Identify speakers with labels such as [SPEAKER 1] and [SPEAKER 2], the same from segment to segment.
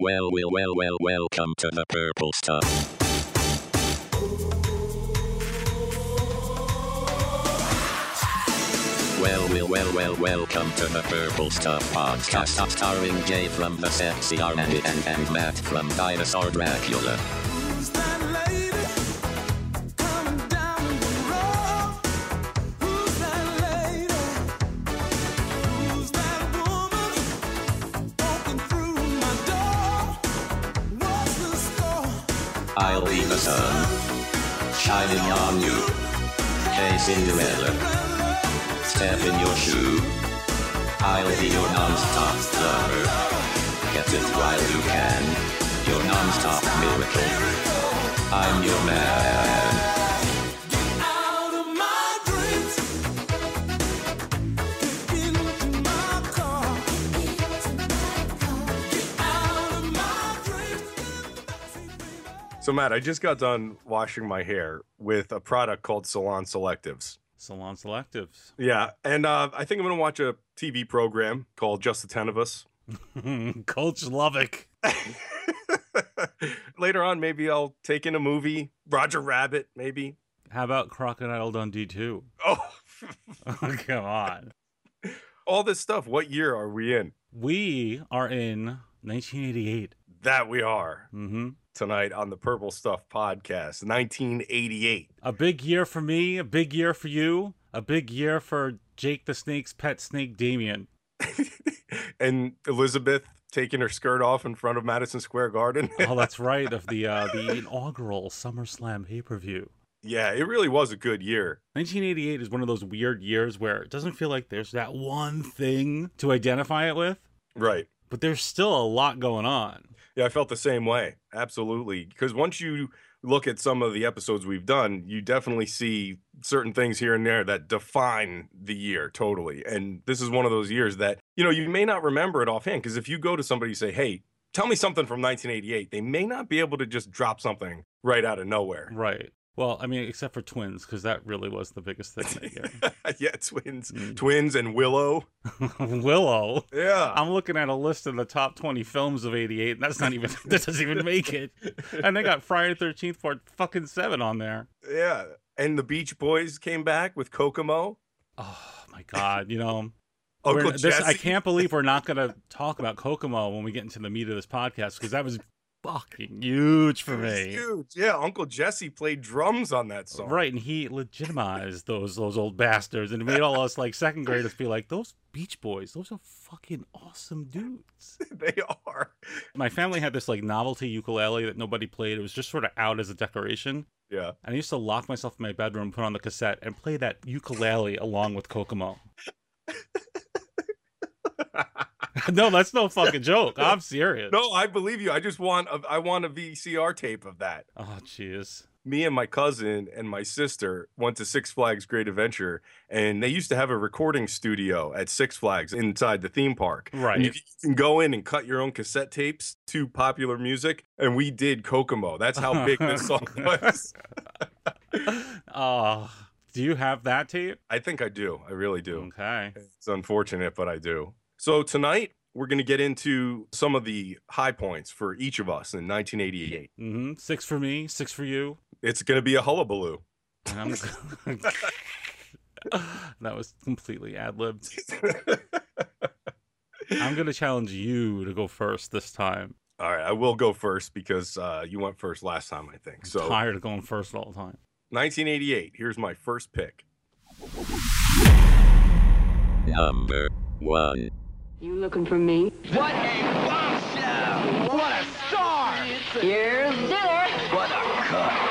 [SPEAKER 1] Well, well, well, well, welcome to the purple stuff. Well, well, well, well, welcome to the Purple Stuff podcast starring Jay from the Sexy Army and, and Matt from Dinosaur Dracula.
[SPEAKER 2] Who's that lady coming down the road? Who's that lady? Who's that woman walking through my door? What's the score?
[SPEAKER 1] I'll be the sun shining on you. Hey Cinderella, step in your shoe. I'll be your non-stop lover. Get it while you can. Your non-stop miracle. I'm your man.
[SPEAKER 2] Out of my dreams, get into my car. Get out of my dreams.
[SPEAKER 3] So, Matt, I just got done washing my hair with a product called Salon Selectives.
[SPEAKER 4] Salon Selectives.
[SPEAKER 3] Yeah. And uh, I think I'm going to watch a TV program called Just the Ten of Us.
[SPEAKER 4] Coach Lovick.
[SPEAKER 3] Later on, maybe I'll take in a movie, Roger Rabbit, maybe.
[SPEAKER 4] How about Crocodile Dundee 2?
[SPEAKER 3] Oh,
[SPEAKER 4] Oh, come on.
[SPEAKER 3] all this stuff. What year are we in?
[SPEAKER 4] We are in 1988.
[SPEAKER 3] That we are
[SPEAKER 4] hmm
[SPEAKER 3] tonight on the Purple Stuff podcast, 1988.
[SPEAKER 4] A big year for me, a big year for you, a big year for Jake the Snake's pet snake, Damien.
[SPEAKER 3] and Elizabeth taking her skirt off in front of Madison Square Garden.
[SPEAKER 4] Oh, that's right, of the uh, the inaugural SummerSlam pay per view.
[SPEAKER 3] yeah, it really was a good year.
[SPEAKER 4] 1988 is one of those weird years where it doesn't feel like there's that one thing to identify it with,
[SPEAKER 3] Right.
[SPEAKER 4] but there's still a lot going on.
[SPEAKER 3] Yeah, I felt the same way. Absolutely. Because once you look at some of the episodes we've done, you definitely see certain things here and there that define the year totally. And this is one of those years that, you know, you may not remember it offhand. Because if you go to somebody and say, hey, tell me something from 1988, they may not be able to just drop something right out of nowhere.
[SPEAKER 4] Right. Well, I mean, except for twins, because that really was the biggest thing that year.
[SPEAKER 3] yeah, twins,
[SPEAKER 4] Mm. Oh,
[SPEAKER 3] twins and Willow.
[SPEAKER 4] Willow.
[SPEAKER 3] Yeah.
[SPEAKER 4] I'm looking at a list of the top 20 films of 88, and that's not even, that doesn't even make it. And they got Friday the 13th for fucking seven on there.
[SPEAKER 3] yeah. And the Beach Boys came back with Kokomo.
[SPEAKER 4] Oh, my God. You know,
[SPEAKER 3] Uncle
[SPEAKER 4] we're- this, I
[SPEAKER 3] Jesse.
[SPEAKER 4] can't believe we're not going to talk about Kokomo when we get into the meat of this podcast, because that was fucking huge for
[SPEAKER 3] It was
[SPEAKER 4] me.
[SPEAKER 3] Huge. Yeah, Uncle Jesse played drums on that song.
[SPEAKER 4] Right, and he legitimized those those old bastards, and made all us like second graders be like, "Those Beach Boys, those are fucking awesome dudes."
[SPEAKER 3] They are.
[SPEAKER 4] My family had this like novelty ukulele that nobody played. It was just sort of out as a decoration.
[SPEAKER 3] Yeah.
[SPEAKER 4] And I used to lock myself in my bedroom, put on the cassette, and play that ukulele along with Kokomo. no, that's no fucking joke. I'm serious.
[SPEAKER 3] No, I believe you. I just want a, I want a VCR tape of that.
[SPEAKER 4] Oh, jeez.
[SPEAKER 3] Me and my cousin and my sister went to Six Flags Great Adventure, and they used to have a recording studio at Six Flags inside the theme park. And you
[SPEAKER 4] Right.
[SPEAKER 3] c- you can go in and cut your own cassette tapes to popular music, and we did Kokomo. That's how big this song was.
[SPEAKER 4] Oh, do you have that tape?
[SPEAKER 3] I think I do. I really do.
[SPEAKER 4] Okay.
[SPEAKER 3] It's unfortunate, but I do. So tonight we're going to get into some of the high points for each of us in 1988.
[SPEAKER 4] hmm Six for me, six for you.
[SPEAKER 3] It's going to be a hullabaloo.
[SPEAKER 4] And I'm... that was completely ad libbed. I'm going to challenge you to go first this time.
[SPEAKER 3] All right, I will go first because uh, you went first last time, I think. So
[SPEAKER 4] I'm tired of going first all the time.
[SPEAKER 3] 1988. Here's my first pick.
[SPEAKER 1] Number one.
[SPEAKER 5] You looking for me?
[SPEAKER 6] What a bombshell! What a star!
[SPEAKER 5] Here's dinner.
[SPEAKER 6] What a cut!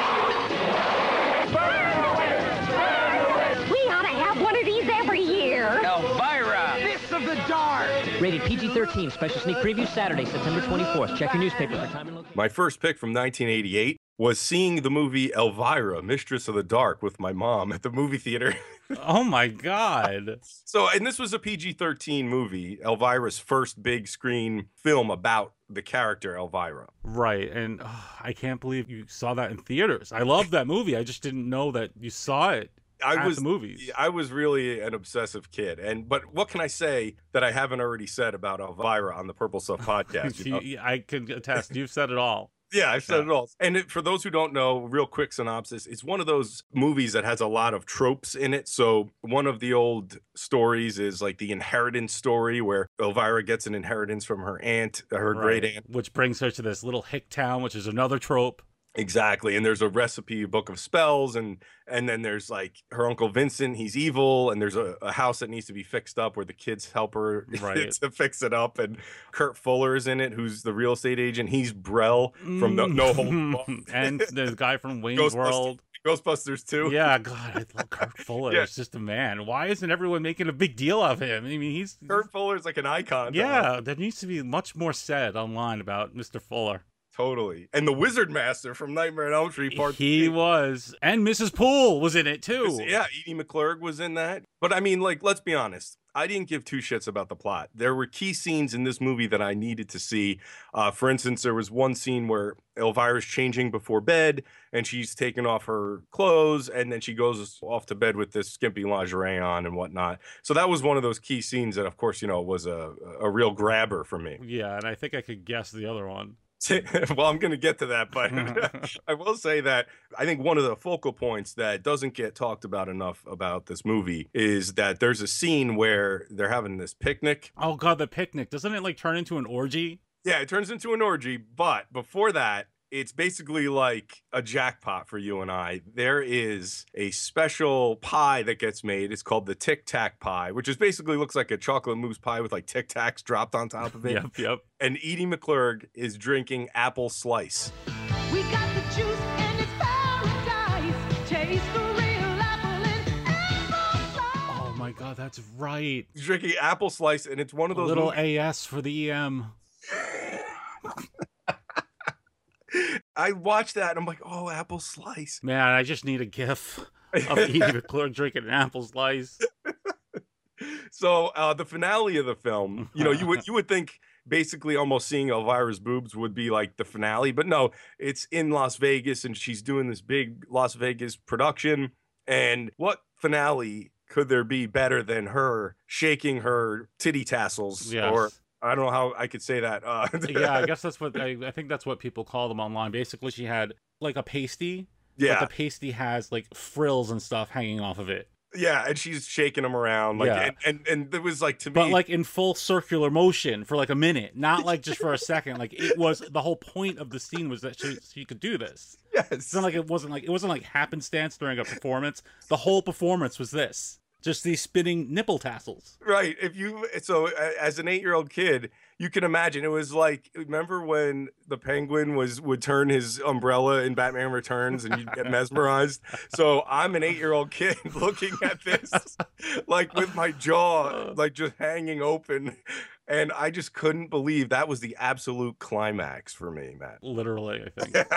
[SPEAKER 7] We ought to have one of these every year.
[SPEAKER 6] Elvira! Fist of the Dark!
[SPEAKER 8] Rated PG-13. Special sneak preview Saturday, September 24th. Check your newspaper for time and location.
[SPEAKER 3] My first pick from 1988 was seeing the movie Elvira, Mistress of the Dark, with my mom at the movie theater.
[SPEAKER 4] Oh my god.
[SPEAKER 3] So, and this was a PG 13 movie, Elvira's first big screen film about the character Elvira.
[SPEAKER 4] Right. And ugh, I can't believe you saw that in theaters. I love that movie. I just didn't know that you saw it
[SPEAKER 3] I
[SPEAKER 4] at
[SPEAKER 3] was
[SPEAKER 4] the movies.
[SPEAKER 3] I was really an obsessive kid, and but what can I say that I haven't already said about Elvira on the Purple Stuff podcast? you know?
[SPEAKER 4] You- I can attest. You've said it all.
[SPEAKER 3] Yeah, I've said it all. And it, for those who don't know, real quick synopsis: it's one of those movies that has a lot of tropes in it. So one of the old stories is like the inheritance story, where Elvira gets an inheritance from her aunt, her great
[SPEAKER 4] Right.
[SPEAKER 3] aunt,
[SPEAKER 4] Which brings her to this little hick town, which is another trope.
[SPEAKER 3] Exactly. And there's a recipe book of spells and and then there's like her uncle Vincent, he's evil and there's a, a house that needs to be fixed up where the kids help her
[SPEAKER 4] Right.
[SPEAKER 3] to fix it up and Kurt Fuller is in it who's the real estate agent. He's Brell from the
[SPEAKER 4] Mm.
[SPEAKER 3] No Hold Barred.
[SPEAKER 4] and the guy from Wayne's
[SPEAKER 3] Ghostbusters.
[SPEAKER 4] World.
[SPEAKER 3] Ghostbusters too.
[SPEAKER 4] Yeah, God, I love Kurt Fuller.
[SPEAKER 3] Yeah.
[SPEAKER 4] It's just a man. Why isn't everyone making a big deal of him? I mean, he's
[SPEAKER 3] Kurt Fuller's like an icon. to us.
[SPEAKER 4] yeah. There needs to be much more said online about Mr. Fuller.
[SPEAKER 3] Totally. And the Wizard Master from Nightmare on Elm Street Part
[SPEAKER 4] He
[SPEAKER 3] Three.
[SPEAKER 4] was, and Mrs. Poole was in it too.
[SPEAKER 3] Yeah, Edie McClurg was in that. But I mean, like, let's be honest. I didn't give two shits about the plot. There were key scenes in this movie that I needed to see. Uh, for instance, there was one scene where Elvira's changing before bed and she's taking off her clothes and then she goes off to bed with this skimpy lingerie on and whatnot. So that was one of those key scenes that, of course, you know, was a, a real grabber for me.
[SPEAKER 4] yeah, and I think I could guess the other one.
[SPEAKER 3] well, I'm going to get to that, but
[SPEAKER 4] Mm-hmm.
[SPEAKER 3] I will say that I think one of the focal points that doesn't get talked about enough about this movie is that there's a scene where they're having this picnic.
[SPEAKER 4] Oh God, the picnic doesn't it like turn into an orgy?
[SPEAKER 3] Yeah, it turns into an orgy, but before that, it's basically like a jackpot for you and I. There is a special pie that gets made. It's called the Tic Tac pie, which is basically looks like a chocolate mousse pie with like Tic Tacs dropped on top of it.
[SPEAKER 4] Yep, yep.
[SPEAKER 3] And Edie McClurg is drinking apple slice.
[SPEAKER 7] We got the juice and it's paradise. Taste the real apple and apple
[SPEAKER 4] Oh my God, that's right.
[SPEAKER 3] He's drinking apple slice, and it's one of those
[SPEAKER 4] Little
[SPEAKER 3] movies-
[SPEAKER 4] AS for the E EM.
[SPEAKER 3] I watched that, and I'm like, oh, apple slice.
[SPEAKER 4] Man, I just need a GIF of Edie McClure drinking an apple slice.
[SPEAKER 3] So uh, the finale of the film, you know, you would you would think basically almost seeing Elvira's boobs would be like the finale, but no, it's in Las Vegas, and she's doing this big Las Vegas production. And what finale could there be better than her shaking her titty tassels?
[SPEAKER 4] Yes.
[SPEAKER 3] Or I don't know how I could say that. Uh,
[SPEAKER 4] yeah, I guess that's what I, I think that's what people call them online. Basically, she had like a pasty,
[SPEAKER 3] yeah.
[SPEAKER 4] but the pasty has like frills and stuff hanging off of it,
[SPEAKER 3] Yeah, and she's shaking him around, like,
[SPEAKER 4] Yeah.
[SPEAKER 3] and, and and it was like to
[SPEAKER 4] but
[SPEAKER 3] me,
[SPEAKER 4] like in full circular motion for like a minute, not like just for a second. Like it was the whole point of the scene was that she she could do this. It's
[SPEAKER 3] yes,
[SPEAKER 4] not like it wasn't like it wasn't like happenstance during a performance. The whole performance was this, just these spinning nipple tassels.
[SPEAKER 3] right. If you eh, so a- as an eight year old kid, you can imagine it was like remember when the penguin was would turn his umbrella in Batman Returns and you'd get mesmerized. So I'm an eight year old kid looking at this, like with my jaw like just hanging open, and I just couldn't believe that was the absolute climax for me, Matt.
[SPEAKER 4] Literally, I think.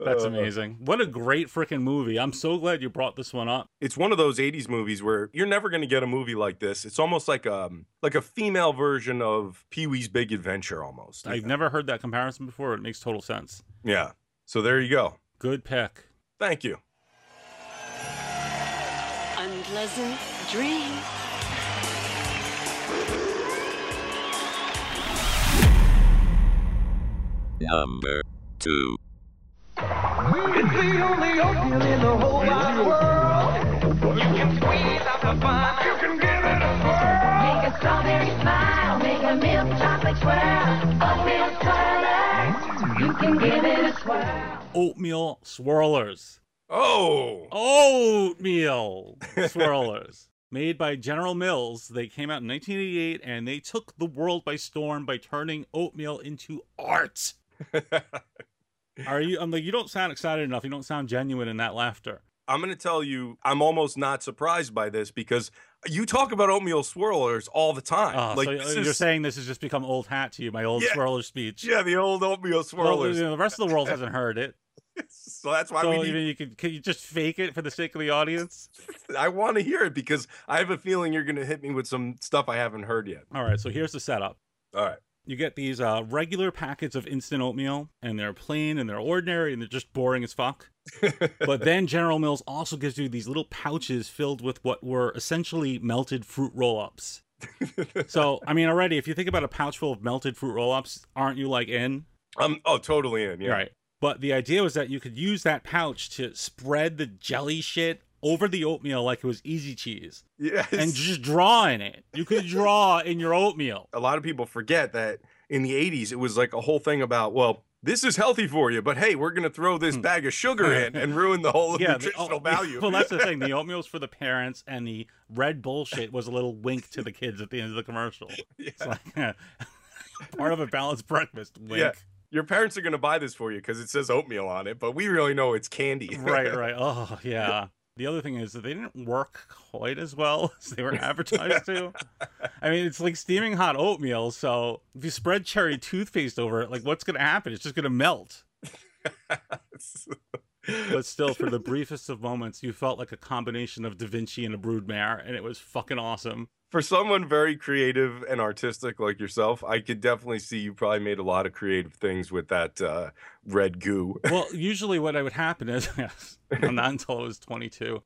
[SPEAKER 4] That's
[SPEAKER 3] Uh,
[SPEAKER 4] amazing. What a great freaking movie. I'm so glad you brought this one up.
[SPEAKER 3] it's one of those 80s movies where you're never going to get a movie like this it's almost like um like a female version of pee-wee's big adventure almost
[SPEAKER 4] I've never heard that comparison before. It makes total sense.
[SPEAKER 3] yeah so there you go
[SPEAKER 4] Good pick.
[SPEAKER 3] thank you
[SPEAKER 9] Unpleasant dream.
[SPEAKER 1] Number two.
[SPEAKER 6] It's the only oatmeal in the whole wide world. You can squeeze out the fun. You can give it a swirl.
[SPEAKER 7] Make a strawberry smile, make a milk chocolate swirl. Oatmeal swirlers, you can give it a swirl.
[SPEAKER 4] Oatmeal swirlers.
[SPEAKER 3] oh
[SPEAKER 4] Oatmeal swirlers. Made by General Mills, they came out in 1988 and they took the world by storm by turning oatmeal into art. Are you? I'm like, you don't sound excited enough. You don't sound genuine in that laughter.
[SPEAKER 3] i'm going to tell you i'm almost not surprised by this because you talk about oatmeal swirlers all the time
[SPEAKER 4] Oh,
[SPEAKER 3] like
[SPEAKER 4] so
[SPEAKER 3] this
[SPEAKER 4] you're
[SPEAKER 3] is-
[SPEAKER 4] saying this has just become old hat to you, my old
[SPEAKER 3] Yeah.
[SPEAKER 4] swirler speech.
[SPEAKER 3] yeah the old oatmeal
[SPEAKER 4] Well, you
[SPEAKER 3] swirlers
[SPEAKER 4] know, the rest of the world hasn't heard it.
[SPEAKER 3] so that's why
[SPEAKER 4] so
[SPEAKER 3] we need,
[SPEAKER 4] even you could, can you just fake it for the sake of the audience?
[SPEAKER 3] i want to hear it because i have a feeling you're going to hit me with some stuff i haven't heard yet
[SPEAKER 4] All right, so here's the setup.
[SPEAKER 3] all right
[SPEAKER 4] You get these uh, regular packets of instant oatmeal, and they're plain and they're ordinary and they're just boring as fuck. but then General Mills also gives you these little pouches filled with what were essentially melted fruit roll ups. so, I mean, already, if you think about a pouch full of melted fruit roll ups, aren't you like in?
[SPEAKER 3] I'm oh totally in. Yeah.
[SPEAKER 4] Right. But the idea was that you could use that pouch to spread the jelly shit over the oatmeal like it was easy cheese
[SPEAKER 3] Yes.
[SPEAKER 4] and just draw in it. You could draw in your oatmeal.
[SPEAKER 3] a lot of people forget that in the 80s it was like a whole thing about well this is healthy for you but hey we're going to throw this bag of sugar in and ruin the whole
[SPEAKER 4] Hmm. Yeah, the-
[SPEAKER 3] nutritional
[SPEAKER 4] oh,
[SPEAKER 3] value
[SPEAKER 4] Well, that's the thing. The oatmeal's for the parents, and the red bullshit was a little wink to the kids at the end of the commercial. It's like part of a balanced breakfast.
[SPEAKER 3] yeah
[SPEAKER 4] Wink.
[SPEAKER 3] your parents are going to buy this for you because it says oatmeal on it but we really know it's candy
[SPEAKER 4] right, right. Oh, yeah. The other thing is that they didn't work quite as well as they were advertised to. I mean, it's like steaming hot oatmeal. So if you spread cherry toothpaste over it, like what's going to happen? It's just going to melt. But still, for the briefest of moments, you felt like a combination of Da Vinci and a broodmare, and it was fucking awesome.
[SPEAKER 3] for someone very creative and artistic like yourself i could definitely see you probably made a lot of creative things with that uh, red goo
[SPEAKER 4] Well, usually what I would happen is, yes, well, not until I was 22.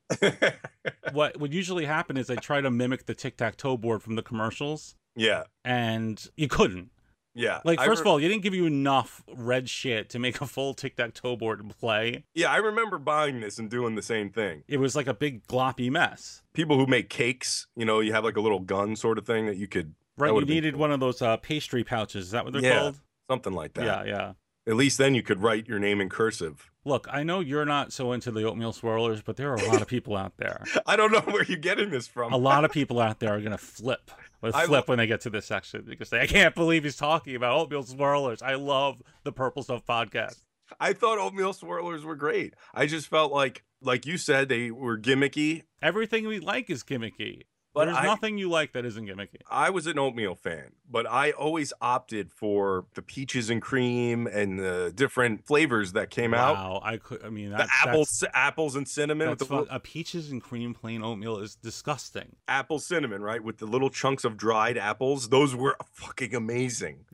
[SPEAKER 4] What would usually happen is I try to mimic the tic tac toe board from the commercials,
[SPEAKER 3] yeah
[SPEAKER 4] and you couldn't.
[SPEAKER 3] yeah
[SPEAKER 4] Like,
[SPEAKER 3] I
[SPEAKER 4] first
[SPEAKER 3] re-
[SPEAKER 4] of all, you didn't give you enough red shit to make a full tic tac toe board and play.
[SPEAKER 3] yeah i remember buying this and doing the same thing
[SPEAKER 4] It was like a big gloppy mess,
[SPEAKER 3] people who make cakes, you know, you have like a little gun sort of thing that you could that
[SPEAKER 4] right? You
[SPEAKER 3] would've been
[SPEAKER 4] needed one of those uh, pastry pouches. Is that what they're
[SPEAKER 3] Yeah,
[SPEAKER 4] called?
[SPEAKER 3] something like that.
[SPEAKER 4] Yeah, yeah.
[SPEAKER 3] At least then you could write your name in cursive.
[SPEAKER 4] Look, I know you're not so into the oatmeal swirlers, but there are a lot of people out there.
[SPEAKER 3] I don't know where you're getting this from.
[SPEAKER 4] A lot of people out there are gonna flip, but
[SPEAKER 3] I
[SPEAKER 4] flip when they get to this section because they, I can't believe he's talking about oatmeal swirlers. I love the Purple Stuff podcast.
[SPEAKER 3] I thought oatmeal swirlers were great. I just felt like like you said they were gimmicky.
[SPEAKER 4] Everything we like is gimmicky.
[SPEAKER 3] But
[SPEAKER 4] There's
[SPEAKER 3] I-
[SPEAKER 4] nothing you like that isn't gimmicky.
[SPEAKER 3] I was an oatmeal fan, but I always opted for the peaches and cream and the different flavors that came out.
[SPEAKER 4] Wow, I could. I mean,
[SPEAKER 3] The
[SPEAKER 4] that's,
[SPEAKER 3] apples, apples and cinnamon with
[SPEAKER 4] That's,
[SPEAKER 3] the
[SPEAKER 4] that's fun.
[SPEAKER 3] little-
[SPEAKER 4] A peaches and cream plain oatmeal is disgusting.
[SPEAKER 3] apple cinnamon, right? With the little chunks of dried apples. Those were fucking amazing.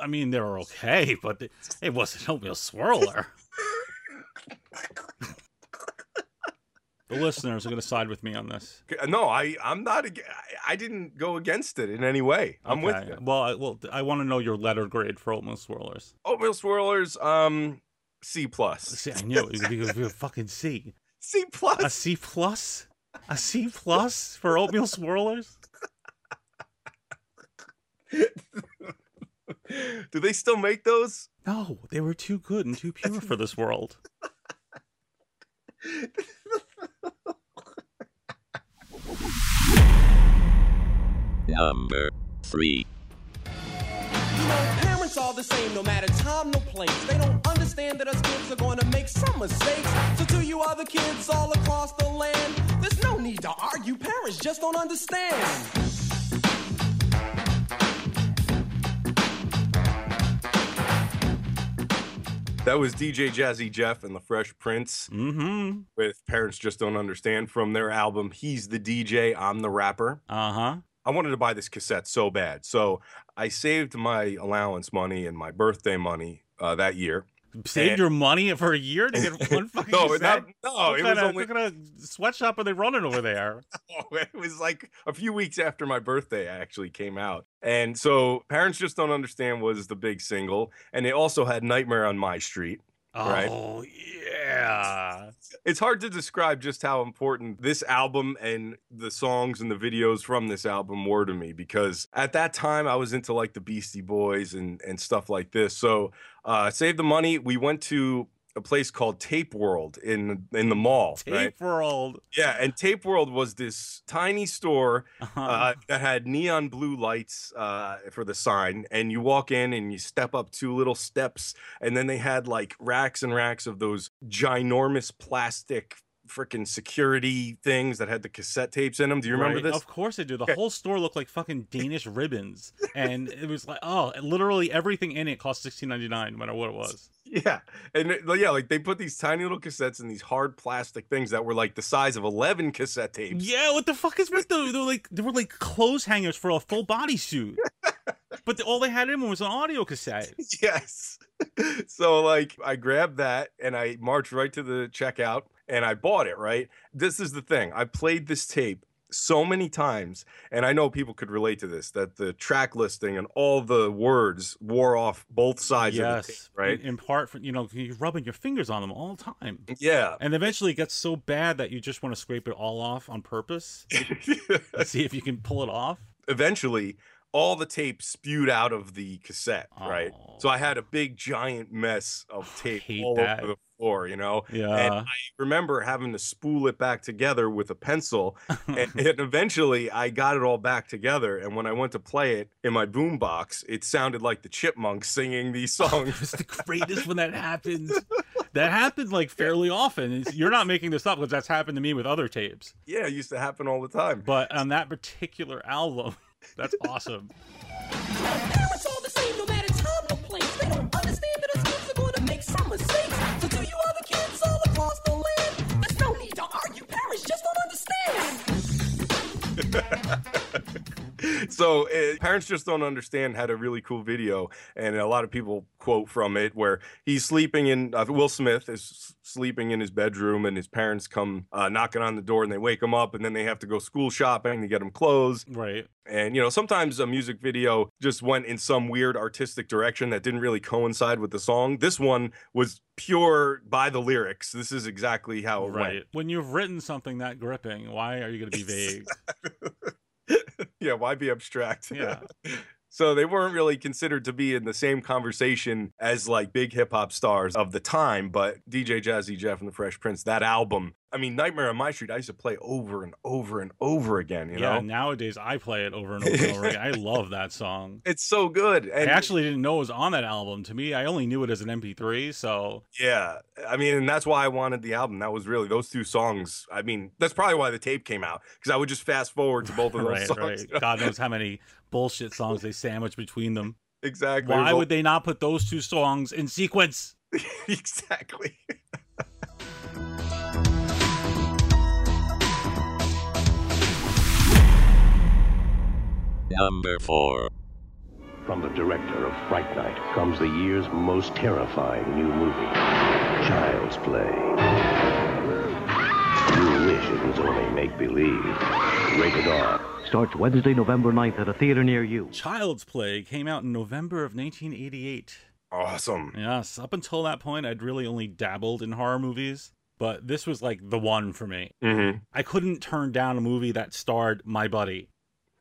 [SPEAKER 4] I mean, they were okay, but th- it wasn't oatmeal swirler. the listeners are going to side with me on this.
[SPEAKER 3] Okay, No, I I'm not. ag- I- I didn't go against it in any way. I'm with
[SPEAKER 4] Okay,
[SPEAKER 3] you.
[SPEAKER 4] Well, I, well, I want to know your letter grade for oatmeal swirlers.
[SPEAKER 3] Oatmeal swirlers, um, C plus,
[SPEAKER 4] See, I knew it was because we were fucking C.
[SPEAKER 3] C
[SPEAKER 4] A
[SPEAKER 3] plus.
[SPEAKER 4] C plus? A C plus for oatmeal swirlers?
[SPEAKER 3] Do they still make those?
[SPEAKER 4] No, they were too good and too pure for this world.
[SPEAKER 1] Number 3.
[SPEAKER 2] You know, parents are the same no matter time, no place. They don't understand that us kids are gonna make some mistakes. So to you other kids all across the land, there's no need to argue. Parents just don't understand.
[SPEAKER 3] That was DJ Jazzy Jeff and the Fresh Prince
[SPEAKER 4] Mm-hmm.
[SPEAKER 3] with "Parents Just Don't Understand" from their album "He's the DJ, I'm the Rapper."
[SPEAKER 4] Uh-huh.
[SPEAKER 3] I wanted to buy this cassette so bad, so I saved my allowance money and my birthday money uh, that year.
[SPEAKER 4] Saved
[SPEAKER 3] And-
[SPEAKER 4] your money for a year to get one fucking
[SPEAKER 3] No,
[SPEAKER 4] cassette?
[SPEAKER 3] not, no,
[SPEAKER 4] what
[SPEAKER 3] it
[SPEAKER 4] kind
[SPEAKER 3] was
[SPEAKER 4] of,
[SPEAKER 3] only
[SPEAKER 4] what kind of sweatshop are they running over there?
[SPEAKER 3] Oh, it was like a few weeks after my birthday actually came out. And so Parents Just Don't Understand was the big single. And it also had Nightmare on My Street. Right.
[SPEAKER 4] Oh yeah.
[SPEAKER 3] It's hard to describe just how important this album and the songs and the videos from this album were to me because at that time I was into like the Beastie Boys and, and stuff like this. So uh save the money. We went to a place called Tape World in in the mall.
[SPEAKER 4] Tape
[SPEAKER 3] right?
[SPEAKER 4] world.
[SPEAKER 3] Yeah, and Tape World was this tiny store
[SPEAKER 4] Uh-huh.
[SPEAKER 3] uh, that had neon blue lights uh, for the sign. And you walk in and you step up two little steps, and then they had like racks and racks of those ginormous plastic freaking security things that had the cassette tapes in them. Do you remember
[SPEAKER 4] Right?
[SPEAKER 3] this?
[SPEAKER 4] Of course I do. The whole store looked like fucking Danish ribbons. And it was like, oh, literally everything in it cost sixteen ninety nine, no matter what it was.
[SPEAKER 3] Yeah, and it- yeah, like they put these tiny little cassettes in these hard plastic things that were like the size of eleven cassette tapes.
[SPEAKER 4] Yeah, what the fuck is with the they were like they were like clothes hangers for a full bodysuit. But the, all they had in was an audio cassette.
[SPEAKER 3] yes. So like I grabbed that and I marched right to the checkout and I bought it, right? This is the thing. I played this tape so many times and I know people could relate to this that the track listing and all the words wore off both sides of the tape,
[SPEAKER 4] yes,
[SPEAKER 3] right?
[SPEAKER 4] In, in part, from, you know, you're rubbing your fingers on them all the time.
[SPEAKER 3] yeah.
[SPEAKER 4] And eventually it gets so bad that you just want to scrape it all off on purpose and see if you can pull it off.
[SPEAKER 3] Eventually all the tape spewed out of the cassette, right? So I had a big giant mess of tape
[SPEAKER 4] hate
[SPEAKER 3] all
[SPEAKER 4] that.
[SPEAKER 3] over the floor, you know? And
[SPEAKER 4] Yeah.
[SPEAKER 3] I remember having to spool it back together with a pencil. and, and eventually I got it all back together. And when I went to play it in my boombox, it sounded like the chipmunks singing these
[SPEAKER 4] It
[SPEAKER 3] songs.
[SPEAKER 4] was the greatest when that happened. That happened like fairly often. It's- You're not making this up because that's happened to me with other tapes.
[SPEAKER 3] yeah, it used to happen all the time.
[SPEAKER 4] But on that particular album, that's awesome.
[SPEAKER 2] Parents all the same, no matter time or place. They don't understand that us kids are going to make some mistakes. So to you other kids all across the land, there's no need to argue. Parents just don't understand.
[SPEAKER 3] so uh, parents just don't understand had a really cool video and a lot of people quote from it where he's sleeping in uh, will smith is s- sleeping in his bedroom and his parents come uh, knocking on the door and they wake him up and then they have to go school shopping to get him clothes
[SPEAKER 4] Right.
[SPEAKER 3] and you know sometimes a music video just went in some weird artistic direction that didn't really coincide with the song this one was pure by the lyrics this is exactly how it
[SPEAKER 4] Right. When you've written something that gripping, why are you going to be vague?
[SPEAKER 3] went yeah why be abstract
[SPEAKER 4] Yeah.
[SPEAKER 3] So they weren't really considered to be in the same conversation as like big hip hop stars of the time, but DJ Jazzy Jeff and the Fresh Prince, that album, I mean, Nightmare on My Street, I used to play over and over and over again, you
[SPEAKER 4] yeah.
[SPEAKER 3] know?
[SPEAKER 4] Nowadays, I play it over and over and over again. I love that song.
[SPEAKER 3] It's so good.
[SPEAKER 4] I
[SPEAKER 3] And
[SPEAKER 4] actually didn't know it was on that album. To me, I only knew it as an MP3. So
[SPEAKER 3] yeah, I mean, and that's why I wanted the album. That was really those two songs. I mean, that's probably why the tape came out because I would just fast forward to both of those
[SPEAKER 4] right,
[SPEAKER 3] songs.
[SPEAKER 4] right.
[SPEAKER 3] you know?
[SPEAKER 4] God knows how many bullshit songs they sandwich between them.
[SPEAKER 3] Exactly.
[SPEAKER 4] Why
[SPEAKER 3] There's
[SPEAKER 4] would they not put those two songs in sequence?
[SPEAKER 3] all- exactly.
[SPEAKER 1] Number 4.
[SPEAKER 6] From the director of Fright Night comes the year's most terrifying new movie, Child's Play. You wish it was only make believe. Rated R.
[SPEAKER 8] Starts Wednesday, November 9th at a theater near you.
[SPEAKER 4] Child's Play came out in November of 1988.
[SPEAKER 3] Awesome.
[SPEAKER 4] Yes, up until that point, I'd really only dabbled in horror movies, but this was like the one for me.
[SPEAKER 3] Mm-hmm.
[SPEAKER 4] I couldn't turn down a movie that starred my buddy.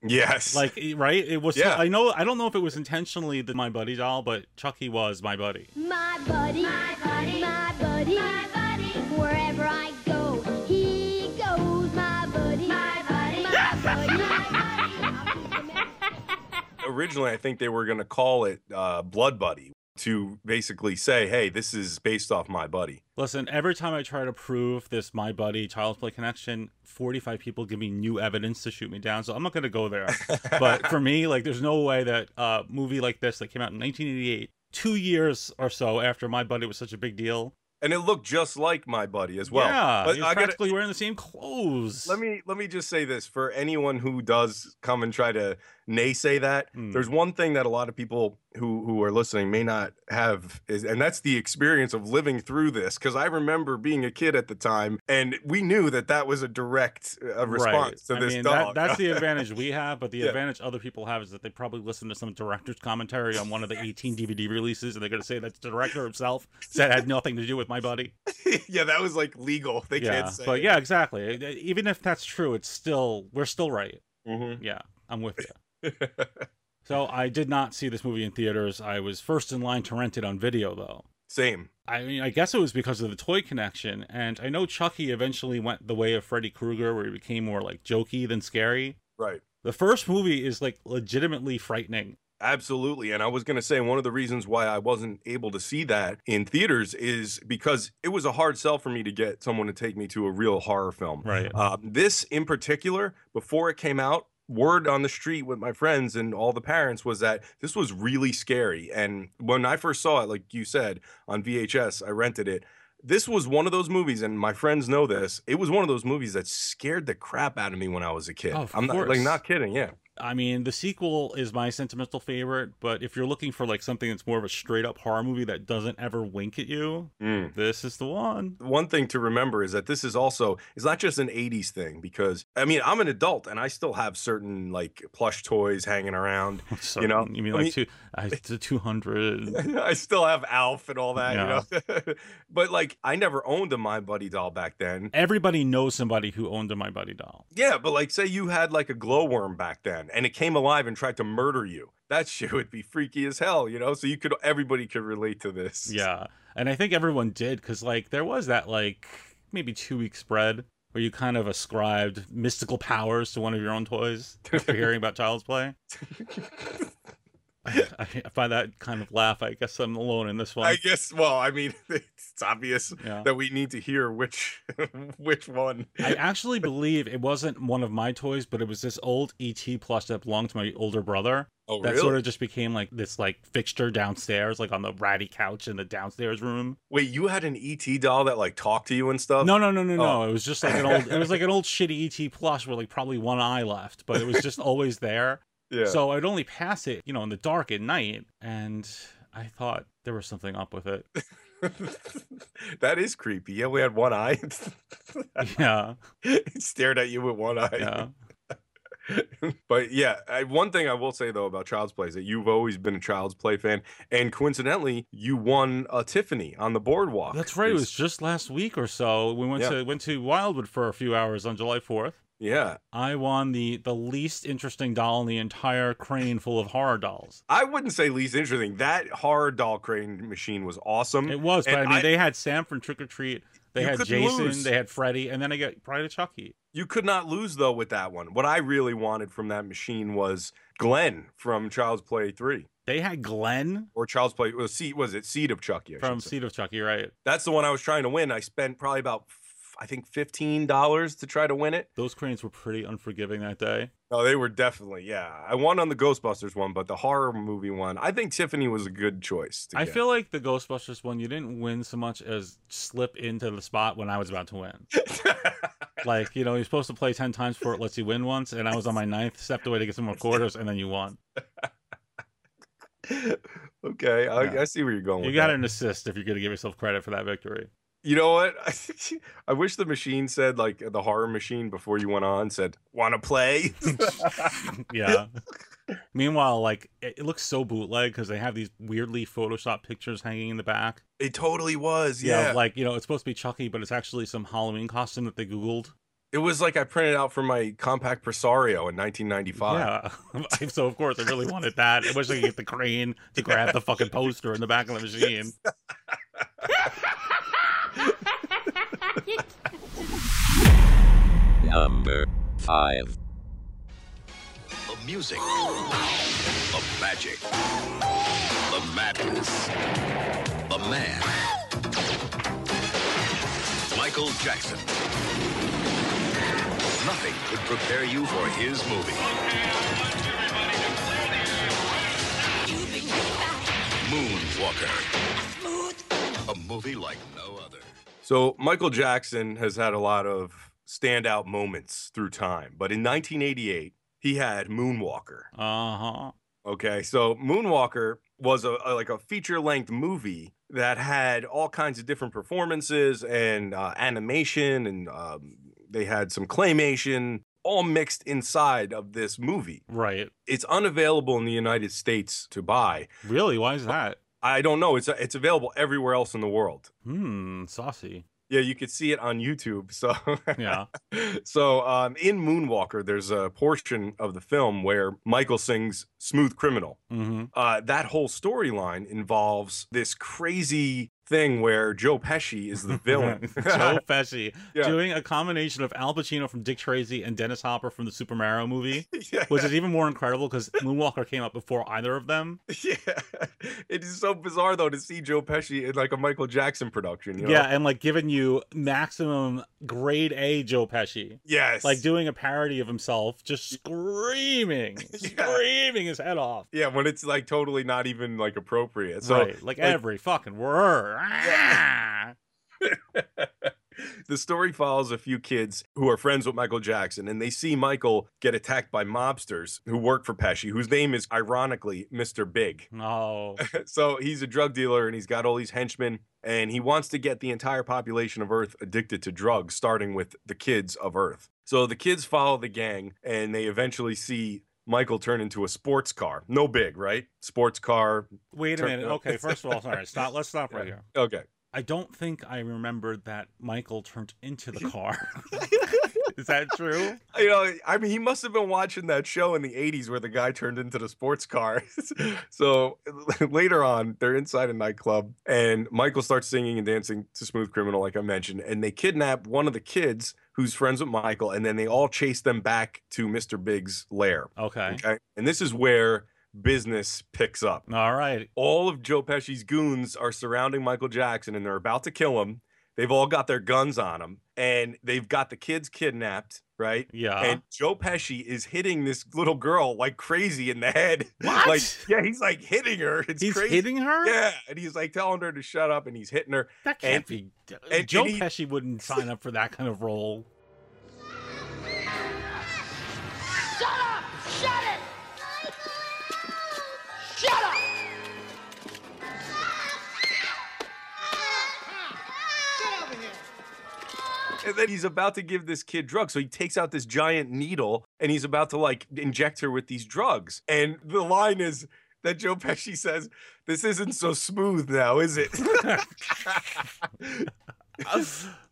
[SPEAKER 3] Yes.
[SPEAKER 4] Like, it- right? It was.
[SPEAKER 3] Yeah.
[SPEAKER 4] I know. I don't know if it was intentionally the my buddy doll, but Chucky was my buddy.
[SPEAKER 7] My buddy, my buddy, my buddy, my buddy. Wherever I go, he goes. My buddy, my buddy, my buddy, my buddy.
[SPEAKER 3] originally I think they were going to call it uh, Blood Buddy to basically say, hey, this is based off my buddy.
[SPEAKER 4] Listen, every time I try to prove this my buddy child's play connection, 45 people give me new evidence to shoot me down. So I'm not going to go there. but for me, like there's no way that a movie like this that came out in 1988, 2 years or so after my buddy was such a big deal.
[SPEAKER 3] And it looked just like my buddy as well.
[SPEAKER 4] yeah,
[SPEAKER 3] but
[SPEAKER 4] you're
[SPEAKER 3] I gotta,
[SPEAKER 4] practically wearing the same clothes.
[SPEAKER 3] let me let me just say this for anyone who does come and try to naysay that.
[SPEAKER 4] Hmm.
[SPEAKER 3] There's one thing that a lot of people who who are listening may not have is and that's the experience of living through this cuz I remember being a kid at the time and we knew that that was a direct uh, response
[SPEAKER 4] right.
[SPEAKER 3] to this
[SPEAKER 4] I mean,
[SPEAKER 3] dog.
[SPEAKER 4] That, that's the advantage we have, but the
[SPEAKER 3] Yeah.
[SPEAKER 4] advantage other people have is that they probably listen to some director's commentary on one of the 18 DVD releases, and they're going to say that the director himself said it had nothing to do with my buddy.
[SPEAKER 3] yeah, that was like legal. They
[SPEAKER 4] yeah,
[SPEAKER 3] can't say
[SPEAKER 4] but
[SPEAKER 3] it.
[SPEAKER 4] yeah, exactly. E- Even if that's true, it's still we're still right.
[SPEAKER 3] Mhm.
[SPEAKER 4] Yeah, I'm with you.
[SPEAKER 3] Mm-hmm.
[SPEAKER 4] so I did not see this movie in theaters. I was first in line to rent it on video, though.
[SPEAKER 3] Same.
[SPEAKER 4] I mean, I guess it was because of the toy connection, and I know Chucky eventually went the way of Freddy Krueger, where he became more like jokey than scary.
[SPEAKER 3] Right.
[SPEAKER 4] The first movie is like legitimately frightening.
[SPEAKER 3] Absolutely. And I was going to say one of the reasons why I wasn't able to see that in theaters is because it was a hard sell for me to get someone to take me to a real horror film.
[SPEAKER 4] Right.
[SPEAKER 3] Uh, this in particular, before it came out, word on the street with my friends and all the parents was that this was really scary. And when I first saw it, like you said, on VHS, I rented it. This was one of those movies, and my friends know this. It was one of those movies that scared the crap out of me when I was a kid.
[SPEAKER 4] Oh, of
[SPEAKER 3] I'm not, like
[SPEAKER 4] course.
[SPEAKER 3] not kidding. Yeah.
[SPEAKER 4] I mean, the sequel is my sentimental favorite, but if you're looking for like something that's more of a straight up horror movie that doesn't ever wink at you,
[SPEAKER 3] Mm.
[SPEAKER 4] this is the one.
[SPEAKER 3] One thing to remember is that this is also it's not just an 80s thing because I mean, I'm an adult and I still have certain like plush toys hanging around.
[SPEAKER 4] Sorry,
[SPEAKER 3] you know,
[SPEAKER 4] you mean
[SPEAKER 3] I
[SPEAKER 4] like
[SPEAKER 3] mean-
[SPEAKER 4] two, I, the two hundred.
[SPEAKER 3] I still have Alf and all that, you know. but like I never owned a My Buddy doll back then.
[SPEAKER 4] Everybody knows somebody who owned a My Buddy doll.
[SPEAKER 3] Yeah, but like say you had like a glowworm back then and it came alive and tried to murder you. That shit would be freaky as hell, you know? So you could everybody could relate to this.
[SPEAKER 4] Yeah, and I think everyone did because like there was that like maybe two week spread where you kind of ascribed mystical powers to one of your own toys after hearing about Child's Play. I, I find that kind of laugh. I guess I'm alone in this one.
[SPEAKER 3] I guess well, I mean it's obvious
[SPEAKER 4] Yeah.
[SPEAKER 3] that we need to hear which which one.
[SPEAKER 4] I actually believe it wasn't one of my toys, but it was this old ET plush that belonged to my older brother.
[SPEAKER 3] Oh,
[SPEAKER 4] that
[SPEAKER 3] really?
[SPEAKER 4] sort of just became like this like fixture downstairs, like on the ratty couch in the downstairs room.
[SPEAKER 3] Wait, you had an ET doll that like talked to you and stuff?
[SPEAKER 4] No, no, no, no,
[SPEAKER 3] Oh.
[SPEAKER 4] no. It was just like an old. It was like an old shitty ET plush with like probably one eye left, but it was just always there.
[SPEAKER 3] Yeah.
[SPEAKER 4] So I'd only pass it, you know, in the dark at night, and I thought there was something up with it.
[SPEAKER 3] that is creepy. Yeah, we had one eye.
[SPEAKER 4] Yeah,
[SPEAKER 3] it stared at you with one eye.
[SPEAKER 4] yeah.
[SPEAKER 3] but yeah, I, one thing I will say though about Child's Play is that you've always been a Child's Play fan, and coincidentally, you won a Tiffany on the boardwalk.
[SPEAKER 4] That's right. It was
[SPEAKER 3] It's-
[SPEAKER 4] just last week or so. We went
[SPEAKER 3] Yeah.
[SPEAKER 4] to went to Wildwood for a few hours on July Fourth.
[SPEAKER 3] yeah.
[SPEAKER 4] I won the the least interesting doll in the entire crane full of horror dolls.
[SPEAKER 3] I wouldn't say least interesting. That horror doll crane machine was awesome.
[SPEAKER 4] It was, but
[SPEAKER 3] Mm-hmm. And
[SPEAKER 4] I mean, they had Sam from Trick or Treat, they
[SPEAKER 3] You
[SPEAKER 4] had
[SPEAKER 3] couldn't
[SPEAKER 4] Jason,
[SPEAKER 3] lose.
[SPEAKER 4] they had Freddy, and then I got Pride of Chucky.
[SPEAKER 3] you could not lose though with that one. What I really wanted from that machine was Glenn from Child's Play Three
[SPEAKER 4] They had Glenn
[SPEAKER 3] or Child's Play. Was, seed, was it Seed of Chucky? I should
[SPEAKER 4] from
[SPEAKER 3] say.
[SPEAKER 4] Seed of Chucky, right?
[SPEAKER 3] That's the one I was trying to win. I spent probably about f- I think fifteen dollars to try to win it.
[SPEAKER 4] Those cranes were pretty unforgiving that day.
[SPEAKER 3] No, Oh, they were definitely yeah. I won on the Ghostbusters one, but the horror movie one, I think Tiffany was a good choice. to
[SPEAKER 4] I
[SPEAKER 3] get.
[SPEAKER 4] feel like the Ghostbusters one, you didn't win so much as slip into the spot when I was about to win. like, you know, you're supposed to play 10 times for it, lets you win once, and I was on my ninth, stepped away to get some more quarters, and then you won.
[SPEAKER 3] okay. I,
[SPEAKER 4] Yeah.
[SPEAKER 3] I see where you're going.
[SPEAKER 4] You
[SPEAKER 3] with
[SPEAKER 4] got
[SPEAKER 3] that.
[SPEAKER 4] an assist if you're going to give yourself credit for that victory.
[SPEAKER 3] You know what? I wish the machine said like the horror machine before you went on said, "Want to play?"
[SPEAKER 4] Yeah. Meanwhile, like it, it looks so bootleg because they have these weirdly Photoshop pictures hanging in the back.
[SPEAKER 3] it totally was.
[SPEAKER 4] You know,
[SPEAKER 3] Yeah.
[SPEAKER 4] like you know, it's supposed to be Chucky, but it's actually some Halloween costume that they Googled.
[SPEAKER 3] it was like I printed out for my compact presario in 1995.
[SPEAKER 4] Yeah. so of course, I really wanted that. I wish I could get the crane to grab the fucking poster in the back of the machine.
[SPEAKER 1] Number 5.
[SPEAKER 6] The music. The magic. The madness. The man. Michael Jackson. Nothing could prepare you for his movie. Moonwalker. A movie like no other.
[SPEAKER 3] So Michael Jackson has had a lot of standout moments through time, but in 1988 he had Moonwalker.
[SPEAKER 4] Uh huh.
[SPEAKER 3] Okay, so Moonwalker was a, a- like a feature length movie that had all kinds of different performances and uh, animation, and um, they had some claymation all mixed inside of this movie.
[SPEAKER 4] Right.
[SPEAKER 3] It's unavailable in the United States to buy.
[SPEAKER 4] Really? Why is that?
[SPEAKER 3] I don't know. It's it's available everywhere else in the world.
[SPEAKER 4] Hmm. Saucy.
[SPEAKER 3] Yeah, you could see it on YouTube. So
[SPEAKER 4] Yeah.
[SPEAKER 3] so um, in Moonwalker, there's a portion of the film where Michael sings "Smooth Criminal."
[SPEAKER 4] Mm-hmm.
[SPEAKER 3] Uh, that whole storyline involves this crazy thing where Joe Pesci is the villain.
[SPEAKER 4] Joe Pesci
[SPEAKER 3] Yeah.
[SPEAKER 4] doing a combination of Al Pacino from Dick Tracy and Dennis Hopper from the Super Mario movie.
[SPEAKER 3] yeah,
[SPEAKER 4] which is even more incredible because Moonwalker came up before either of them.
[SPEAKER 3] yeah. It is so bizarre though to see Joe Pesci in like a Michael Jackson production. You know?
[SPEAKER 4] Yeah, and like giving you maximum grade A Joe Pesci,
[SPEAKER 3] Yes.
[SPEAKER 4] like doing a parody of himself, just screaming, screaming his head off.
[SPEAKER 3] Yeah, when it's like totally not even like appropriate. So
[SPEAKER 4] right, like, every fucking word. Ah!
[SPEAKER 3] The story follows a few kids who are friends with Michael Jackson, and they see Michael get attacked by mobsters who work for Pesci, whose name is ironically Mr. Big.
[SPEAKER 4] No.
[SPEAKER 3] So he's a drug dealer and he's got all these henchmen, and he wants to get the entire population of Earth addicted to drugs, starting with the kids of Earth. So the kids follow the gang, and they eventually see Michael turn into a sports car. No big, right? Sports car.
[SPEAKER 4] Wait a
[SPEAKER 3] Turn-
[SPEAKER 4] minute. Okay, first of all, sorry. Stop. Let's stop right here.
[SPEAKER 3] Okay.
[SPEAKER 4] I don't think I remembered that Michael turned into the car. Is that true?
[SPEAKER 3] You know, I mean, he must have been watching that show in the 80s where the guy turned into the sports car. so later on, they're inside a nightclub and Michael starts singing and dancing to Smooth Criminal, like I mentioned, and they kidnap one of the kids who's friends with Michael, and then they all chase them back to Mr. Big's lair.
[SPEAKER 4] Okay.
[SPEAKER 3] Okay. And this is where business picks up.
[SPEAKER 4] All right.
[SPEAKER 3] all of Joe Pesci's goons are surrounding Michael Jackson and they're about to kill him. They've all got their guns on him and they've got the kids kidnapped, right?
[SPEAKER 4] Yeah.
[SPEAKER 3] And Joe Pesci is hitting this little girl like crazy in the head.
[SPEAKER 4] What?
[SPEAKER 3] Like, yeah, he's like hitting her. It's
[SPEAKER 4] he's
[SPEAKER 3] crazy.
[SPEAKER 4] hitting her?
[SPEAKER 3] Yeah, and he's like telling her to shut up, and he's hitting her.
[SPEAKER 4] That
[SPEAKER 3] And-
[SPEAKER 4] can't be.
[SPEAKER 3] and
[SPEAKER 4] Joe
[SPEAKER 3] he-
[SPEAKER 4] Pesci wouldn't sign up for that kind of role.
[SPEAKER 7] Shut up! Shut it! Shut up! Get over here!
[SPEAKER 3] And then he's about to give this kid drugs. So he takes out this giant needle and he's about to like inject her with these drugs. And the line is that Joe Pesci says, This isn't so smooth now, is it?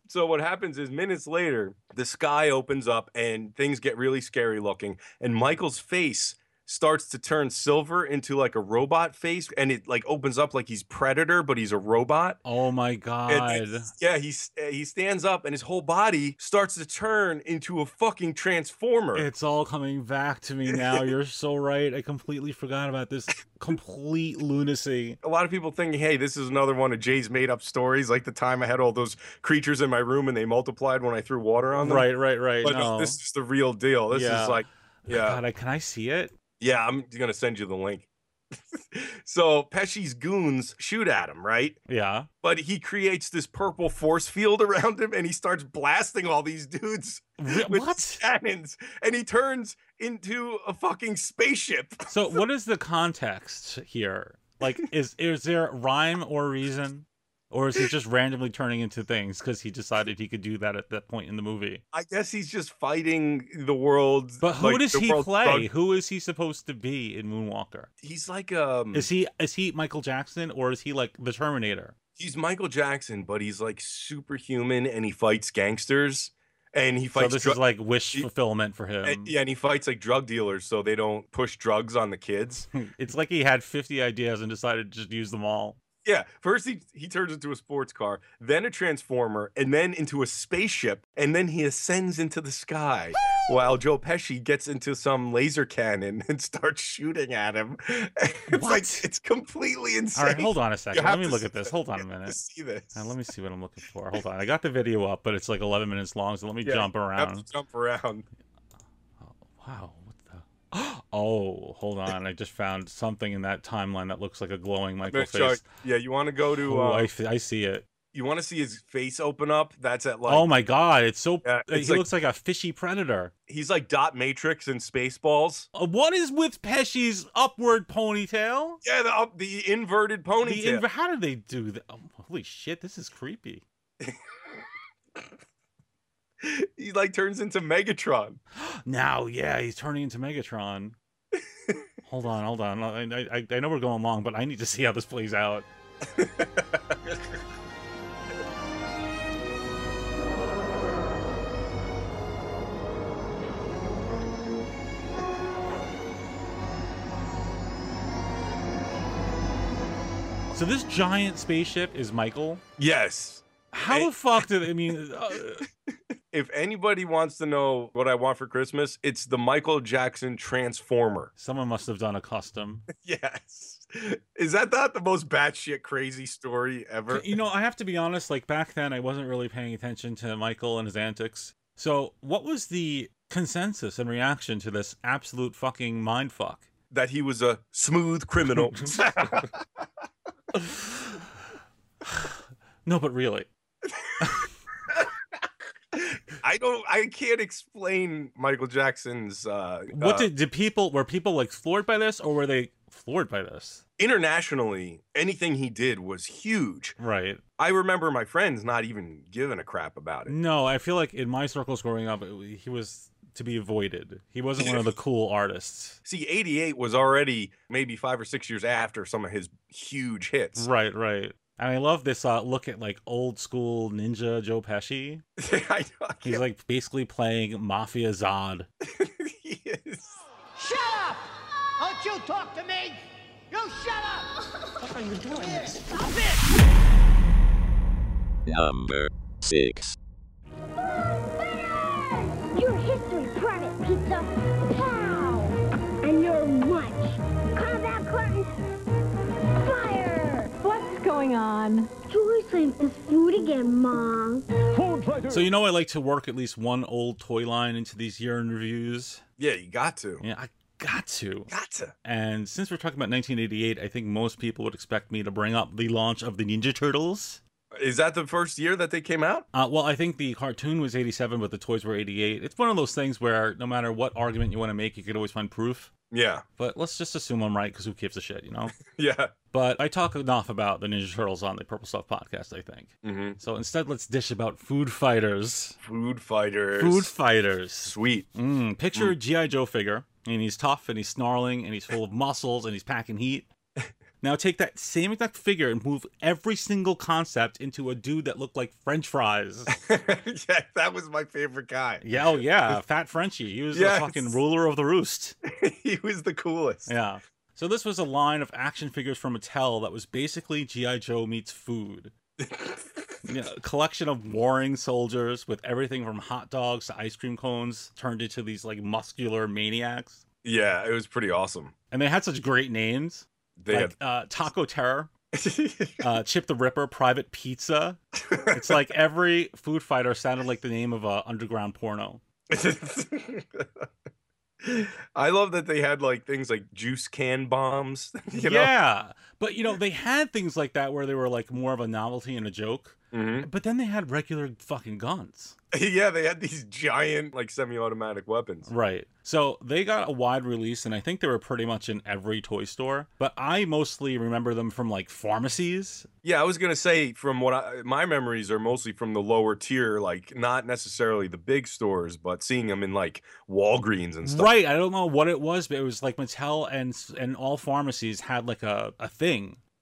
[SPEAKER 3] so what happens is minutes later, the sky opens up and things get really scary looking. And Michael's face starts to turn silver into like a robot face and it like opens up like he's predator but he's a robot
[SPEAKER 4] Oh my God.
[SPEAKER 3] and then- yeah, he s- uh, he stands up and his whole body starts to turn into a fucking transformer.
[SPEAKER 4] It's all coming back to me now. You're so right. I completely forgot about this complete lunacy.
[SPEAKER 3] a lot of people think, hey, this is another one of Jay's made up stories, like the time I had all those creatures in my room and they multiplied when I threw water on them.
[SPEAKER 4] Right, right, right.
[SPEAKER 3] But
[SPEAKER 4] no.
[SPEAKER 3] no, this is the real deal. This
[SPEAKER 4] Yeah.
[SPEAKER 3] is like, yeah.
[SPEAKER 4] God, I, can I see it?
[SPEAKER 3] Yeah, I'm gonna send you the link. so Pesci's goons shoot at him, right?
[SPEAKER 4] Yeah.
[SPEAKER 3] But he creates this purple force field around him and he starts blasting all these dudes
[SPEAKER 4] Re-
[SPEAKER 3] with
[SPEAKER 4] What?
[SPEAKER 3] cannons. And he turns into a fucking spaceship.
[SPEAKER 4] So, what is the context here? Like, is is there rhyme or reason, or is it just randomly turning into things because he decided he could do that at that point in the movie?
[SPEAKER 3] I guess he's just fighting the world.
[SPEAKER 4] But who
[SPEAKER 3] like,
[SPEAKER 4] does
[SPEAKER 3] the
[SPEAKER 4] he
[SPEAKER 3] world's
[SPEAKER 4] play?
[SPEAKER 3] drug-
[SPEAKER 4] Who is he supposed to be in Moonwalker?
[SPEAKER 3] He's like um
[SPEAKER 4] Is he is he Michael Jackson or is he like the Terminator?
[SPEAKER 3] he's Michael Jackson, but he's like superhuman and he fights gangsters and he
[SPEAKER 4] So
[SPEAKER 3] fights
[SPEAKER 4] this
[SPEAKER 3] dru-
[SPEAKER 4] is like wish
[SPEAKER 3] he-
[SPEAKER 4] fulfillment for
[SPEAKER 3] and-
[SPEAKER 4] him.
[SPEAKER 3] yeah, and he fights like drug dealers so they don't push drugs on the kids.
[SPEAKER 4] It's like he had 50 ideas and decided to just use them all.
[SPEAKER 3] Yeah, first he he turns into a sports car, then a transformer, and then into a spaceship, and then he ascends into the sky. While Joe Pesci gets into some laser cannon and starts shooting at him, it's like
[SPEAKER 4] What?
[SPEAKER 3] it's completely insane.
[SPEAKER 4] All right, hold on a second. Let
[SPEAKER 3] have
[SPEAKER 4] me
[SPEAKER 3] to
[SPEAKER 4] look
[SPEAKER 3] see
[SPEAKER 4] at this. Hold on a
[SPEAKER 3] You have to
[SPEAKER 4] minute.
[SPEAKER 3] See this.
[SPEAKER 4] Uh, let me see what I'm looking for. Hold on. I got the video up, but it's like 11 minutes long, so let me
[SPEAKER 3] Yeah,
[SPEAKER 4] jump
[SPEAKER 3] you have to
[SPEAKER 4] around.
[SPEAKER 3] jump around.
[SPEAKER 4] Wow, what the? Oh, hold on. I just found something in that timeline that looks like a glowing Michael
[SPEAKER 3] Make sure-
[SPEAKER 4] face.
[SPEAKER 3] Yeah, you want to go to.
[SPEAKER 4] Oh,
[SPEAKER 3] Uh,
[SPEAKER 4] I, f- I see it.
[SPEAKER 3] you want to see his face open up? That's at like.
[SPEAKER 4] oh my god, it's so. uh,
[SPEAKER 3] Yeah, it's
[SPEAKER 4] he
[SPEAKER 3] like-
[SPEAKER 4] looks like a fishy predator.
[SPEAKER 3] He's like dot matrix in Spaceballs.
[SPEAKER 4] Uh, What is with Pesci's upward ponytail?
[SPEAKER 3] Yeah, the up, the inverted
[SPEAKER 4] The
[SPEAKER 3] ponytail.
[SPEAKER 4] inv- how do they do that? Oh, holy shit, this is creepy.
[SPEAKER 3] he like turns into Megatron.
[SPEAKER 4] Now, yeah, he's turning into Megatron. hold on, hold on. I, I, I know we're going long, but I need to see how this plays out. So this giant spaceship is Michael.
[SPEAKER 3] Yes.
[SPEAKER 4] How
[SPEAKER 3] Hey.
[SPEAKER 4] the fuck did I mean? Uh,
[SPEAKER 3] If anybody wants to know what I want for Christmas, it's the Michael Jackson Transformer.
[SPEAKER 4] someone must have done a custom.
[SPEAKER 3] Yes. Is that not the most batshit crazy story ever?
[SPEAKER 4] You know, I have to be honest, like back then I wasn't really paying attention to Michael and his antics. So, what was the consensus and reaction to this absolute fucking mindfuck?
[SPEAKER 3] That he was a smooth criminal.
[SPEAKER 4] No, but really.
[SPEAKER 3] I can't explain Michael Jackson's uh,
[SPEAKER 4] What
[SPEAKER 3] uh,
[SPEAKER 4] did did people were people like floored by this or were they floored by this?
[SPEAKER 3] internationally. Anything he did was huge.
[SPEAKER 4] Right.
[SPEAKER 3] I remember my friends not even giving a crap about it.
[SPEAKER 4] No, I feel like in my circles growing up, it, he was to be avoided. He wasn't one of the cool artists.
[SPEAKER 3] See, 88 was already maybe five or six years after some of his huge hits.
[SPEAKER 4] Right, right. And I love this uh, look at like old school ninja Joe Pesci.
[SPEAKER 3] I know, I
[SPEAKER 4] He's
[SPEAKER 3] can't-
[SPEAKER 4] like basically playing Mafia Zod.
[SPEAKER 3] he is.
[SPEAKER 6] Shut up! Don't you talk to me! You shut up! What are you doing? Stop it!
[SPEAKER 1] Number 6.
[SPEAKER 7] Your history private pizza. Pow! And your watch. Combat curtains. Fire!
[SPEAKER 5] What's going on?
[SPEAKER 7] Joyce ain't this food again, Mom.
[SPEAKER 4] So you know I like to work at least one old toy line into these year in reviews.
[SPEAKER 3] Yeah, you got to.
[SPEAKER 4] Yeah, I got to.
[SPEAKER 3] Got to.
[SPEAKER 4] And since we're talking about 1988, I think most people would expect me to bring up the launch of the Ninja Turtles.
[SPEAKER 3] Is that the first year that they came out?
[SPEAKER 4] Uh, well, I think the cartoon was 87, but the toys were 88. It's one of those things where no matter what argument you want to make, you could always find proof.
[SPEAKER 3] Yeah.
[SPEAKER 4] But let's just assume I'm right because who gives a shit, you know?
[SPEAKER 3] Yeah.
[SPEAKER 4] but I talk enough about the Ninja Turtles on the Purple Stuff podcast, I think.
[SPEAKER 3] Mhm.
[SPEAKER 4] So instead, let's dish about food fighters.
[SPEAKER 3] Food fighters.
[SPEAKER 4] Food fighters.
[SPEAKER 3] Sweet.
[SPEAKER 4] Mm, picture a G.I. Joe figure, and he's tough, and he's snarling, and he's full of muscles, and he's packing heat. Now take that same exact figure and move every single concept into a dude that looked like French fries.
[SPEAKER 3] yeah, that was my favorite guy.
[SPEAKER 4] Yeah, oh yeah, Fat Frenchie. He was
[SPEAKER 3] Yes.
[SPEAKER 4] the fucking ruler of the roost.
[SPEAKER 3] he was the coolest.
[SPEAKER 4] Yeah. So this was a line of action figures from Mattel that was basically GI Joe meets food. Yeah, a collection of warring soldiers with everything from hot dogs to ice cream cones turned into these like muscular maniacs.
[SPEAKER 3] Yeah, it was pretty awesome.
[SPEAKER 4] And they had such great names
[SPEAKER 3] They
[SPEAKER 4] like uh, Taco Terror,
[SPEAKER 3] had
[SPEAKER 4] uh, Chip the Ripper, Private Pizza. It's like every food fighter sounded like the name of a underground porno.
[SPEAKER 3] I love that they had like things like juice can bombs. You know?
[SPEAKER 4] yeah. But you know, they had things like that where they were like more of a novelty and a joke.
[SPEAKER 3] Mhm.
[SPEAKER 4] But then they had regular fucking guns.
[SPEAKER 3] yeah, they had these giant like semi-automatic weapons.
[SPEAKER 4] Right. So they got a wide release and I think they were pretty much in every toy store. But I mostly remember them from like pharmacies.
[SPEAKER 3] Yeah, I was gonna say from what I, my memories are mostly from the lower tier, like not necessarily the big stores, but seeing them in like Walgreens and stuff.
[SPEAKER 4] Right. I don't know what it was, but it was like Mattel and and all pharmacies had like a, a thing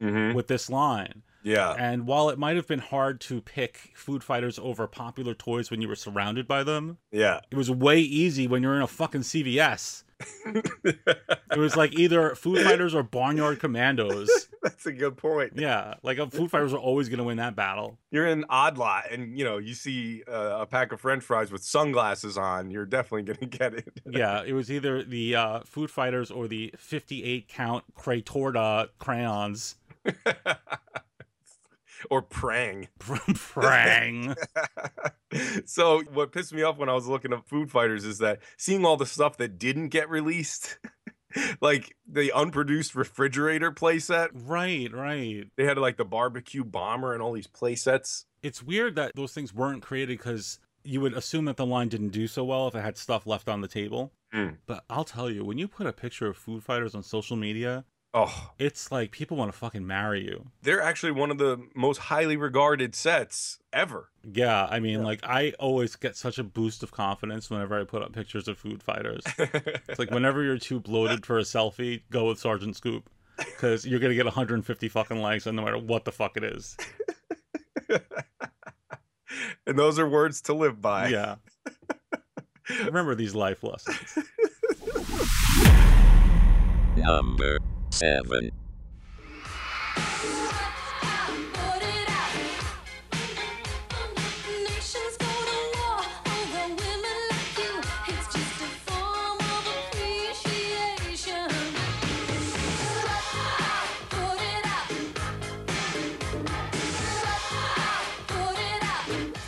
[SPEAKER 3] Mhm.
[SPEAKER 4] with this line.
[SPEAKER 3] Yeah,
[SPEAKER 4] And while it might have been hard to pick food fighters over popular toys when you were surrounded by them,
[SPEAKER 3] yeah.
[SPEAKER 4] it was way easy when you're in a fucking CVS. it was like either Food Fighters or Barnyard Commandos.
[SPEAKER 3] That's a good point.
[SPEAKER 4] Yeah, like uh, Food Fighters are always going to win that battle.
[SPEAKER 3] You're in Odd Lot, and you know you see uh, a pack of French fries with sunglasses on. You're definitely gonna get it.
[SPEAKER 4] Yeah, it was either the uh, Food Fighters or the 58 count Kratorda crayons.
[SPEAKER 3] or prang.
[SPEAKER 4] Prang.
[SPEAKER 3] so what pissed me off when I was looking up food fighters is that seeing all the stuff that didn't get released, like the unproduced refrigerator playset.
[SPEAKER 4] right, right.
[SPEAKER 3] They had like the barbecue bomber and all these playsets.
[SPEAKER 4] It's weird that those things weren't created because you would assume that the line didn't do so well if it had stuff left on the table.
[SPEAKER 3] Mm.
[SPEAKER 4] But I'll tell you, when you put a picture of Food Fighters on social media,
[SPEAKER 3] Oh,
[SPEAKER 4] it's like people want to fucking marry you.
[SPEAKER 3] they're actually one of the most highly regarded sets ever.
[SPEAKER 4] Yeah, I mean, like I always get such a boost of confidence whenever I put up pictures of food fighters. it's like whenever you're too bloated for a selfie, go with Sergeant Scoop because you're gonna get 150 fucking likes, and no matter what the fuck it is.
[SPEAKER 3] And those are words to live by.
[SPEAKER 4] Yeah. Remember these life lessons.
[SPEAKER 1] Number 7.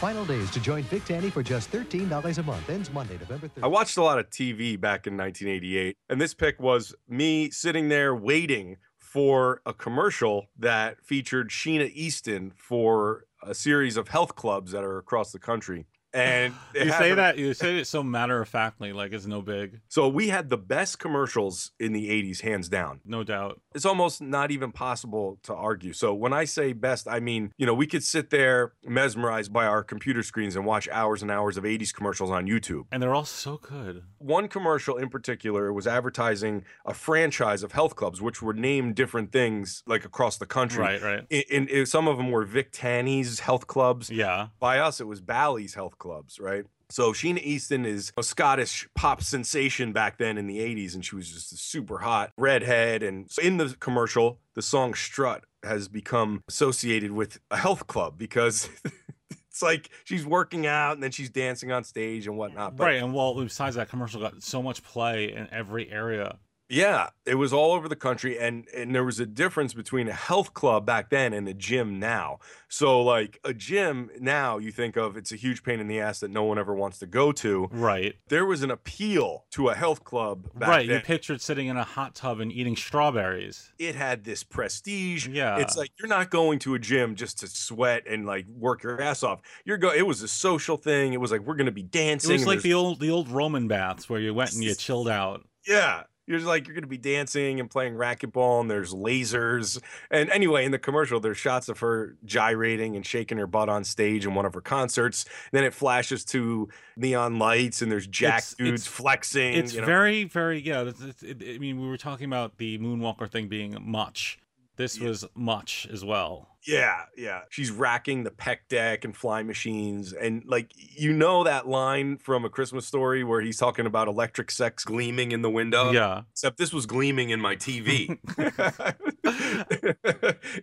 [SPEAKER 6] Final days to join Big Tanny for just $13 a month. Ends Monday, November 30th.
[SPEAKER 3] I watched a lot of TV back in 1988, and this pick was me sitting there waiting for a commercial that featured Sheena Easton for a series of health clubs that are across the country. And it
[SPEAKER 4] You say
[SPEAKER 3] happened-
[SPEAKER 4] that you say it so matter of factly, like it's no big,
[SPEAKER 3] So we had the best commercials in the 80s, hands down.
[SPEAKER 4] no doubt.
[SPEAKER 3] It's almost not even possible to argue. So when I say best, I mean, you know, we could sit there mesmerized by our computer screens and watch hours and hours of 80s commercials on YouTube.
[SPEAKER 4] And they're all so good.
[SPEAKER 3] One commercial in particular was advertising a franchise of health clubs, which were named different things like across the country.
[SPEAKER 4] Right, right.
[SPEAKER 3] I- And, and some of them were Vic Tanny's health clubs.
[SPEAKER 4] Yeah.
[SPEAKER 3] By us, it was Bally's Health Clubs, right? So Sheena Easton is a Scottish pop sensation back then in the 80s, and she was just a super hot redhead. And so in the commercial, the song Strut has become associated with a health club because it's like she's working out and then she's dancing on stage and whatnot. But
[SPEAKER 4] right. And well, besides that commercial got so much play in every area.
[SPEAKER 3] yeah, it was all over the country, and and there was a difference between a health club back then and a gym now. So like a gym now, you think of it's a huge pain in the ass that no one ever wants to go to.
[SPEAKER 4] Right.
[SPEAKER 3] There was an appeal to a health club back
[SPEAKER 4] right.
[SPEAKER 3] then.
[SPEAKER 4] You pictured sitting in a hot tub and eating strawberries.
[SPEAKER 3] it had this prestige.
[SPEAKER 4] Yeah.
[SPEAKER 3] it's like you're not going to a gym just to sweat and like work your ass off. You're go. It was a social thing. It was like we're gonna be
[SPEAKER 4] It
[SPEAKER 3] dancing.
[SPEAKER 4] was
[SPEAKER 3] and
[SPEAKER 4] like
[SPEAKER 3] there's-
[SPEAKER 4] the old the old Roman baths where you went and you chilled out.
[SPEAKER 3] Yeah. You're just like you're gonna be dancing and playing racquetball and there's lasers. And anyway, in the commercial, there's shots of her gyrating and shaking her butt on stage in one of her concerts. then it flashes to neon lights and there's jack
[SPEAKER 4] It's-
[SPEAKER 3] dudes
[SPEAKER 4] it's-
[SPEAKER 3] flexing.
[SPEAKER 4] It's
[SPEAKER 3] you know?
[SPEAKER 4] very, very yeah. It's, it's, it, I mean, we were talking about the Moonwalker thing being much. This
[SPEAKER 3] Yeah.
[SPEAKER 4] was much as well.
[SPEAKER 3] Yeah, yeah. She's racking the pec deck and fly machines. And like you know that line from a Christmas story where he's talking about electric sex gleaming in the window.
[SPEAKER 4] yeah.
[SPEAKER 3] except this was gleaming in my TV.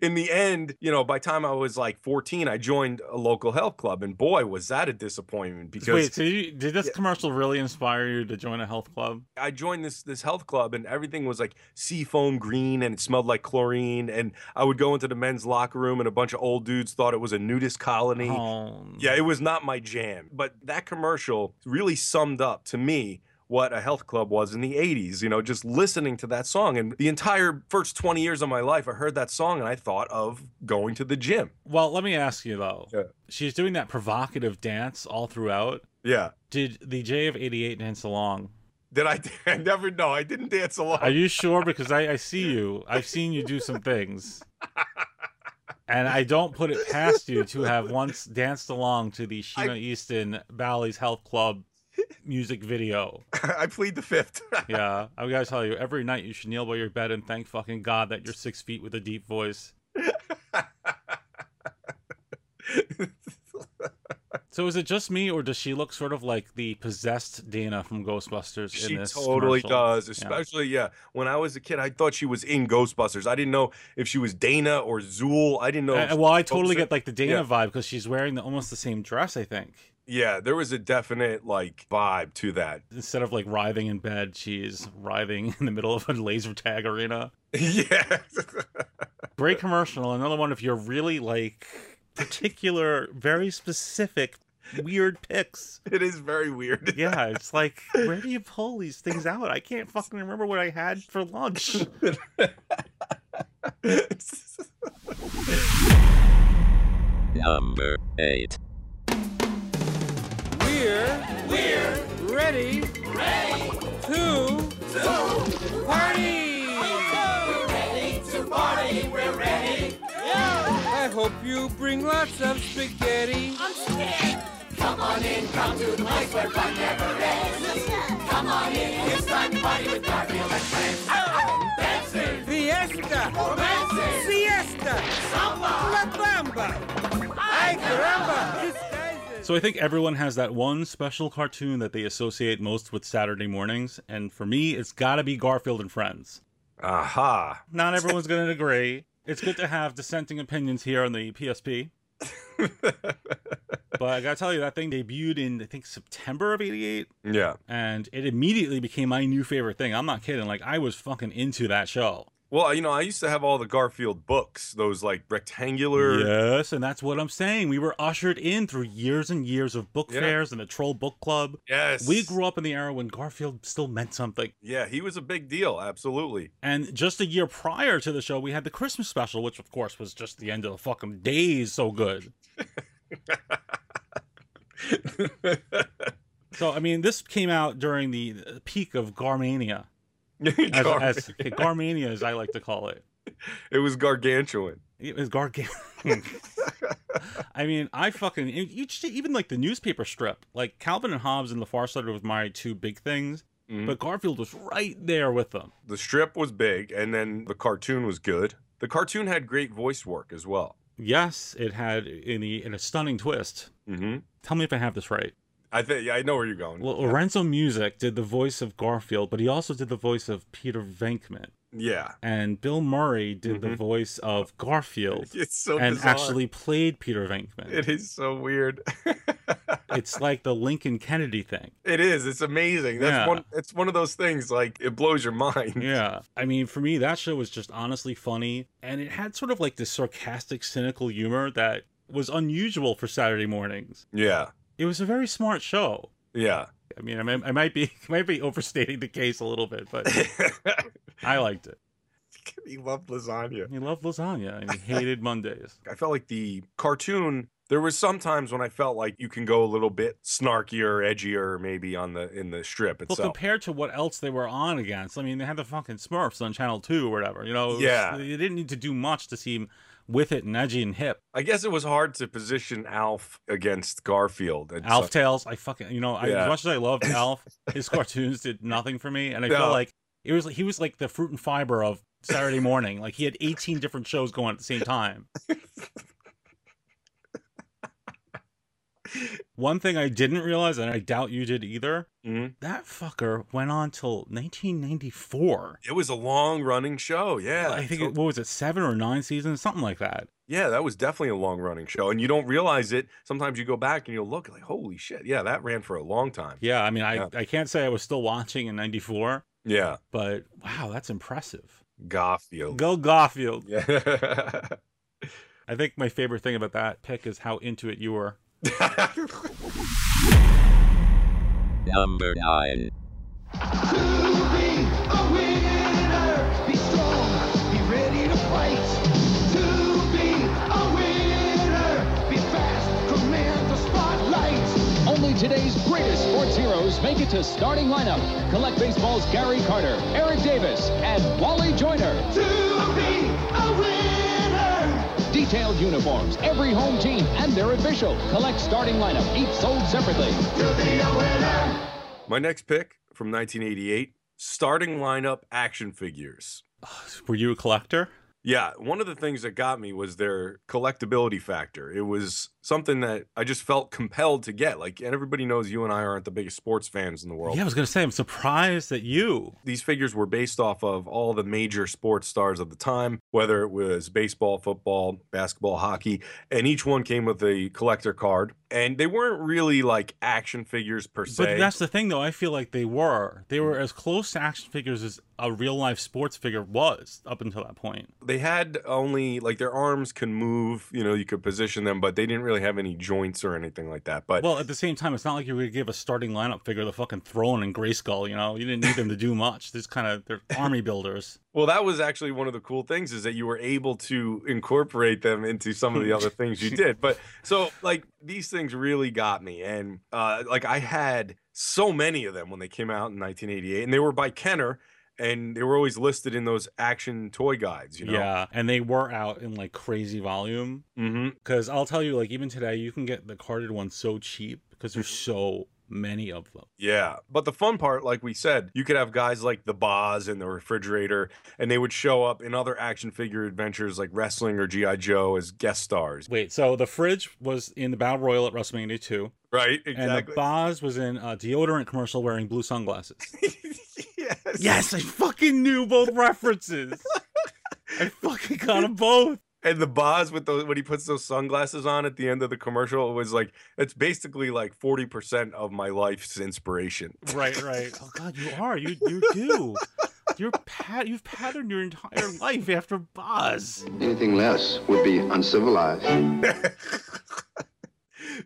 [SPEAKER 3] in the end, you know, by the time I was like 14, I joined a local health club, and boy, was that a disappointment because
[SPEAKER 4] Wait, so you, did this commercial really inspire you to join a health club?
[SPEAKER 3] I joined this this health club, and everything was like sea foam green, and it smelled like chlorine. And I would go into the men's locker room, and a bunch of old dudes thought it was a nudist colony.
[SPEAKER 4] Oh,
[SPEAKER 3] Yeah, it was not my jam. But that commercial really summed up to me what a health club was in the 80s, you know, just listening to that song. And the entire first 20 years of my life, I heard that song and I thought of going to the gym.
[SPEAKER 4] Well, let me ask you though.
[SPEAKER 3] Yeah.
[SPEAKER 4] She's doing that provocative dance all throughout.
[SPEAKER 3] Yeah.
[SPEAKER 4] Did the J of 88 dance along?
[SPEAKER 3] Did I? I never know. I didn't dance along.
[SPEAKER 4] Are you sure? Because I, I see you. I've seen you do some things. And I don't put it past you to have once danced along to the Sheena Easton Bally's Health Club music video.
[SPEAKER 3] I plead the fifth.
[SPEAKER 4] Yeah. I gotta tell you, every night you should kneel by your bed and thank fucking God that you're six feet with a deep voice. So is it just me, or does she look sort of like the possessed Dana from Ghostbusters?
[SPEAKER 3] she
[SPEAKER 4] in this
[SPEAKER 3] totally
[SPEAKER 4] commercial?
[SPEAKER 3] does,
[SPEAKER 4] Yeah.
[SPEAKER 3] especially yeah. When I was a kid, I thought she was in Ghostbusters. I didn't know if she was Dana or Zool. I didn't know. if
[SPEAKER 4] Uh,
[SPEAKER 3] she
[SPEAKER 4] well, I
[SPEAKER 3] was
[SPEAKER 4] totally
[SPEAKER 3] Ghostbusters.
[SPEAKER 4] get like the Dana
[SPEAKER 3] Yeah.
[SPEAKER 4] vibe because she's wearing the, almost the same dress. I think
[SPEAKER 3] Yeah, there was a definite like vibe to that.
[SPEAKER 4] instead of like writhing in bed, she's writhing in the middle of a laser tag arena.
[SPEAKER 3] yeah.
[SPEAKER 4] Great commercial. Another one if you're really like particular, very specific, weird picks.
[SPEAKER 3] it is very weird.
[SPEAKER 4] Yeah, it's like where do you pull these things out? I can't fucking remember what I had for lunch.
[SPEAKER 1] Number 8.
[SPEAKER 2] We're we're ready ready to to party. We're ready to party. We're ready. Yeah. I hope you bring lots of spaghetti. Fiesta. Romance. Siesta. Samba. La Bamba. Ay, caramba. This guy's a-
[SPEAKER 4] So I think everyone has that one special cartoon that they associate most with Saturday mornings, and for me, it's gotta be Garfield and Friends.
[SPEAKER 3] Aha.
[SPEAKER 4] Not everyone's gonna agree. It's good to have dissenting opinions here on the PSP. but I gotta tell you, that thing debuted in I think September of '88,
[SPEAKER 3] Yeah.
[SPEAKER 4] and it immediately became my new favorite thing. I'm not kidding; like I was fucking into that show.
[SPEAKER 3] Well, you know, I used to have all the Garfield books, those like rectangular.
[SPEAKER 4] Yes, and that's what I'm saying. We were ushered in through years and years of book
[SPEAKER 3] Yeah.
[SPEAKER 4] fairs and the Troll Book Club.
[SPEAKER 3] Yes.
[SPEAKER 4] We grew up in the era when Garfield still meant something.
[SPEAKER 3] Yeah, he was a big deal. Absolutely.
[SPEAKER 4] And just a year prior to the show, we had the Christmas special, which of course was just the end of the fucking days so good. So I mean, this came out during the peak of Garmania, as,
[SPEAKER 3] Gar-
[SPEAKER 4] as Garmania, as I like to call it.
[SPEAKER 3] it was gargantuan.
[SPEAKER 4] It was gargantuan. I mean, I fucking and you just- even like the newspaper strip, like Calvin and Hobbes and The Farsighted was my two big things,
[SPEAKER 3] Mhm.
[SPEAKER 4] but Garfield was right there with them.
[SPEAKER 3] The strip was big, and then the cartoon was good. The cartoon had great voice work as well.
[SPEAKER 4] Yes, it had in the in a stunning twist.
[SPEAKER 3] Mm-hmm.
[SPEAKER 4] Tell me if I have this right.
[SPEAKER 3] I think yeah, I know where you're going.
[SPEAKER 4] Well, Lorenzo Music did the voice of Garfield, but he also did the voice of Peter Venkman,
[SPEAKER 3] yeah,
[SPEAKER 4] and Bill Murray did the voice of Garfield.
[SPEAKER 3] Mm-hmm. it's so
[SPEAKER 4] and
[SPEAKER 3] bizarre.
[SPEAKER 4] actually played Peter Venkman.
[SPEAKER 3] it is so weird.
[SPEAKER 4] it's like the Lincoln Kennedy thing.
[SPEAKER 3] it is. It's amazing. That's
[SPEAKER 4] Yeah.
[SPEAKER 3] one. It's one of those things. Like it blows your mind.
[SPEAKER 4] Yeah. I mean, for me, that show was just honestly funny. And it had sort of like this sarcastic, cynical humor that was unusual for Saturday mornings.
[SPEAKER 3] Yeah.
[SPEAKER 4] It was a very smart show.
[SPEAKER 3] Yeah.
[SPEAKER 4] I mean, I might, I might be I might be overstating the case a little bit, but I liked it.
[SPEAKER 3] he loved lasagna.
[SPEAKER 4] He loved lasagna and he hated Mondays.
[SPEAKER 3] I felt like the cartoon. There was sometimes when I felt like you can go a little bit snarkier, edgier, maybe on the in the strip
[SPEAKER 4] Well,
[SPEAKER 3] itself.
[SPEAKER 4] compared to what else they were on against, I mean, they had the fucking Smurfs on Channel Two or whatever. You know, It was-
[SPEAKER 3] Yeah.
[SPEAKER 4] they didn't need to do much to seem with it and edgy and hip.
[SPEAKER 3] I guess it was hard to position Alf against Garfield. And
[SPEAKER 4] Alf
[SPEAKER 3] so-
[SPEAKER 4] Tales, I fucking you know, I,
[SPEAKER 3] Yeah.
[SPEAKER 4] as much as I loved Alf, his cartoons did nothing for me, and I
[SPEAKER 3] No.
[SPEAKER 4] felt like it was he was like the fruit and fiber of Saturday morning. like he had eighteen different shows going at the same time. One thing I didn't realize, and I doubt you did either,
[SPEAKER 3] Mhm.
[SPEAKER 4] that fucker went on till 1994.
[SPEAKER 3] it was a long running show. Yeah,
[SPEAKER 4] I think
[SPEAKER 3] so-
[SPEAKER 4] it, what was it, seven or nine seasons, something like that.
[SPEAKER 3] yeah, that was definitely a long running show, and you don't realize it. Sometimes you go back and you'll look like, holy shit, yeah, that ran for a long time.
[SPEAKER 4] Yeah, I mean, I,
[SPEAKER 3] Yeah.
[SPEAKER 4] I can't say I was still watching in '94,
[SPEAKER 3] Yeah,
[SPEAKER 4] but wow, that's impressive.
[SPEAKER 3] Garfield.
[SPEAKER 4] Go Garfield.
[SPEAKER 3] yeah.
[SPEAKER 4] I think my favorite thing about that pick is how into it you were.
[SPEAKER 1] Number 9.
[SPEAKER 6] Only today's greatest sports heroes make it to starting lineup. Collect baseball's Gary Carter, Eric Davis, and Wally Joyner. To be a winner. Detailed uniforms, every home team, and their official. Collect starting lineup, each sold separately.
[SPEAKER 3] My next pick from 1988 starting lineup action figures.
[SPEAKER 4] Were you a collector?
[SPEAKER 3] Yeah, one of the things that got me was their collectability factor. It was something that I just felt compelled to get. Like, and everybody knows you and I aren't the biggest sports fans in the world.
[SPEAKER 4] Yeah, I was gonna say I'm surprised that you.
[SPEAKER 3] These figures were based off of all the major sports stars of the time, whether it was baseball, football, basketball, hockey, and each one came with a collector card. And they weren't really like action figures per se.
[SPEAKER 4] But that's the thing, though. I feel like they were. They were as close to action figures as a real life sports figure was up until that point.
[SPEAKER 3] they had only like their arms can move you know you could position them but they didn't really have any joints or anything like that but
[SPEAKER 4] Well, at the same time, it's not like you were gonna give a starting lineup figure the fucking throne and Grayskull. You know, you didn't need them to do much. This kind of they're army builders.
[SPEAKER 3] well that was actually one of the cool things is that you were able to incorporate them into some of the other things you did but so like these things really got me and uh like i had so many of them when they came out in 1988 and they were by kenner and they were always listed in those action toy guides you know
[SPEAKER 4] Yeah, and they were out in like crazy volume.
[SPEAKER 3] hmm
[SPEAKER 4] Because I'll tell you, like even today, you can get the carded ones so cheap because there's
[SPEAKER 3] Mm-hmm.
[SPEAKER 4] so many of them.
[SPEAKER 3] Yeah. But the fun part, like we said, you could have guys like the Boz and the refrigerator, and they would show up in other action figure adventures like wrestling or G.I. Joe as guest stars.
[SPEAKER 4] Wait, so the fridge was in the Battle Royal at WrestleMania 2,
[SPEAKER 3] Right?
[SPEAKER 4] and the
[SPEAKER 3] Exactly.
[SPEAKER 4] Boz was in a deodorant commercial wearing blue sunglasses.
[SPEAKER 3] yes.
[SPEAKER 4] yes, I fucking knew both references. I fucking got them both.
[SPEAKER 3] And the Boz with those when he puts those sunglasses on at the end of the commercial, it was like it's basically like 40% of my life's inspiration.
[SPEAKER 4] Right, right. Oh God, you are. You you do. You're pat. You've patterned your entire life after Boz.
[SPEAKER 10] Anything less would be uncivilized.
[SPEAKER 3] it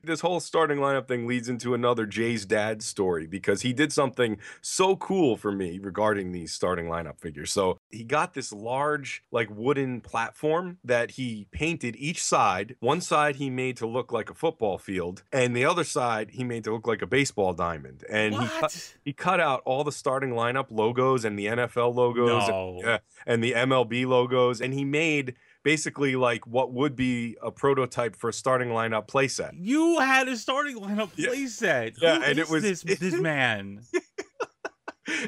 [SPEAKER 3] This whole starting lineup thing leads into another Jay's dad story because he did something so cool for me regarding these starting lineup figures. So he got this large, like wooden platform that he painted each side. One side he made to look like a football field, and the other side he made to look like a baseball diamond. And he cut,
[SPEAKER 4] What?
[SPEAKER 3] he cut out all the starting lineup logos and the NFL logos.
[SPEAKER 4] No.
[SPEAKER 3] Yeah, and the MLB logos, and he made basically like what would be a prototype for a starting lineup playset.
[SPEAKER 4] You had a starting lineup
[SPEAKER 3] Yeah.
[SPEAKER 4] playset.
[SPEAKER 3] Yeah,
[SPEAKER 4] Who
[SPEAKER 3] and it
[SPEAKER 4] is
[SPEAKER 3] was-
[SPEAKER 4] this this man.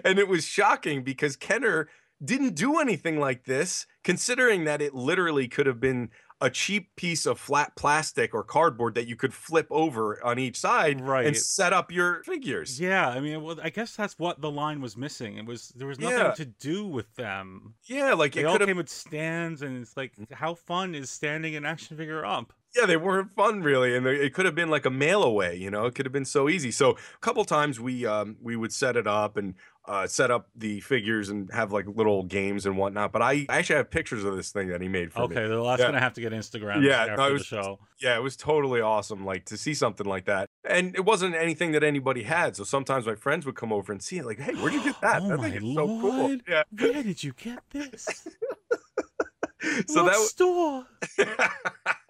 [SPEAKER 3] And it was shocking because Kenner didn't do anything like this, considering that it literally could have been a cheap piece of flat plastic or cardboard that you could flip over on each side
[SPEAKER 4] Right.
[SPEAKER 3] and set up your figures.
[SPEAKER 4] Yeah, I mean, well, I guess that's what the line was missing. It was there was nothing
[SPEAKER 3] Yeah.
[SPEAKER 4] to do with them.
[SPEAKER 3] Yeah, like
[SPEAKER 4] They
[SPEAKER 3] it
[SPEAKER 4] all
[SPEAKER 3] could have
[SPEAKER 4] came with stands, and it's like, how fun is standing an action figure up?
[SPEAKER 3] yeah, they weren't fun really, and they, it could have been like a mail away. You know, it could have been so easy. So a couple times we um, we would set it up and uh, set up the figures and have like little games and whatnot. But I I actually have pictures of this thing that he made for me.
[SPEAKER 4] Okay, well, that's
[SPEAKER 3] Yeah.
[SPEAKER 4] gonna have to get Instagram
[SPEAKER 3] Yeah,
[SPEAKER 4] after
[SPEAKER 3] no, it
[SPEAKER 4] the
[SPEAKER 3] was-
[SPEAKER 4] show.
[SPEAKER 3] Yeah, it was totally awesome. Like to see something like that, and it wasn't anything that anybody had. So sometimes my friends would come over and see it. Like, hey, where'd you get that?
[SPEAKER 4] oh
[SPEAKER 3] that
[SPEAKER 4] my
[SPEAKER 3] thing is so
[SPEAKER 4] lord!
[SPEAKER 3] cool. Yeah.
[SPEAKER 4] Where did you get this?
[SPEAKER 3] So
[SPEAKER 4] what
[SPEAKER 3] that was.
[SPEAKER 4] store?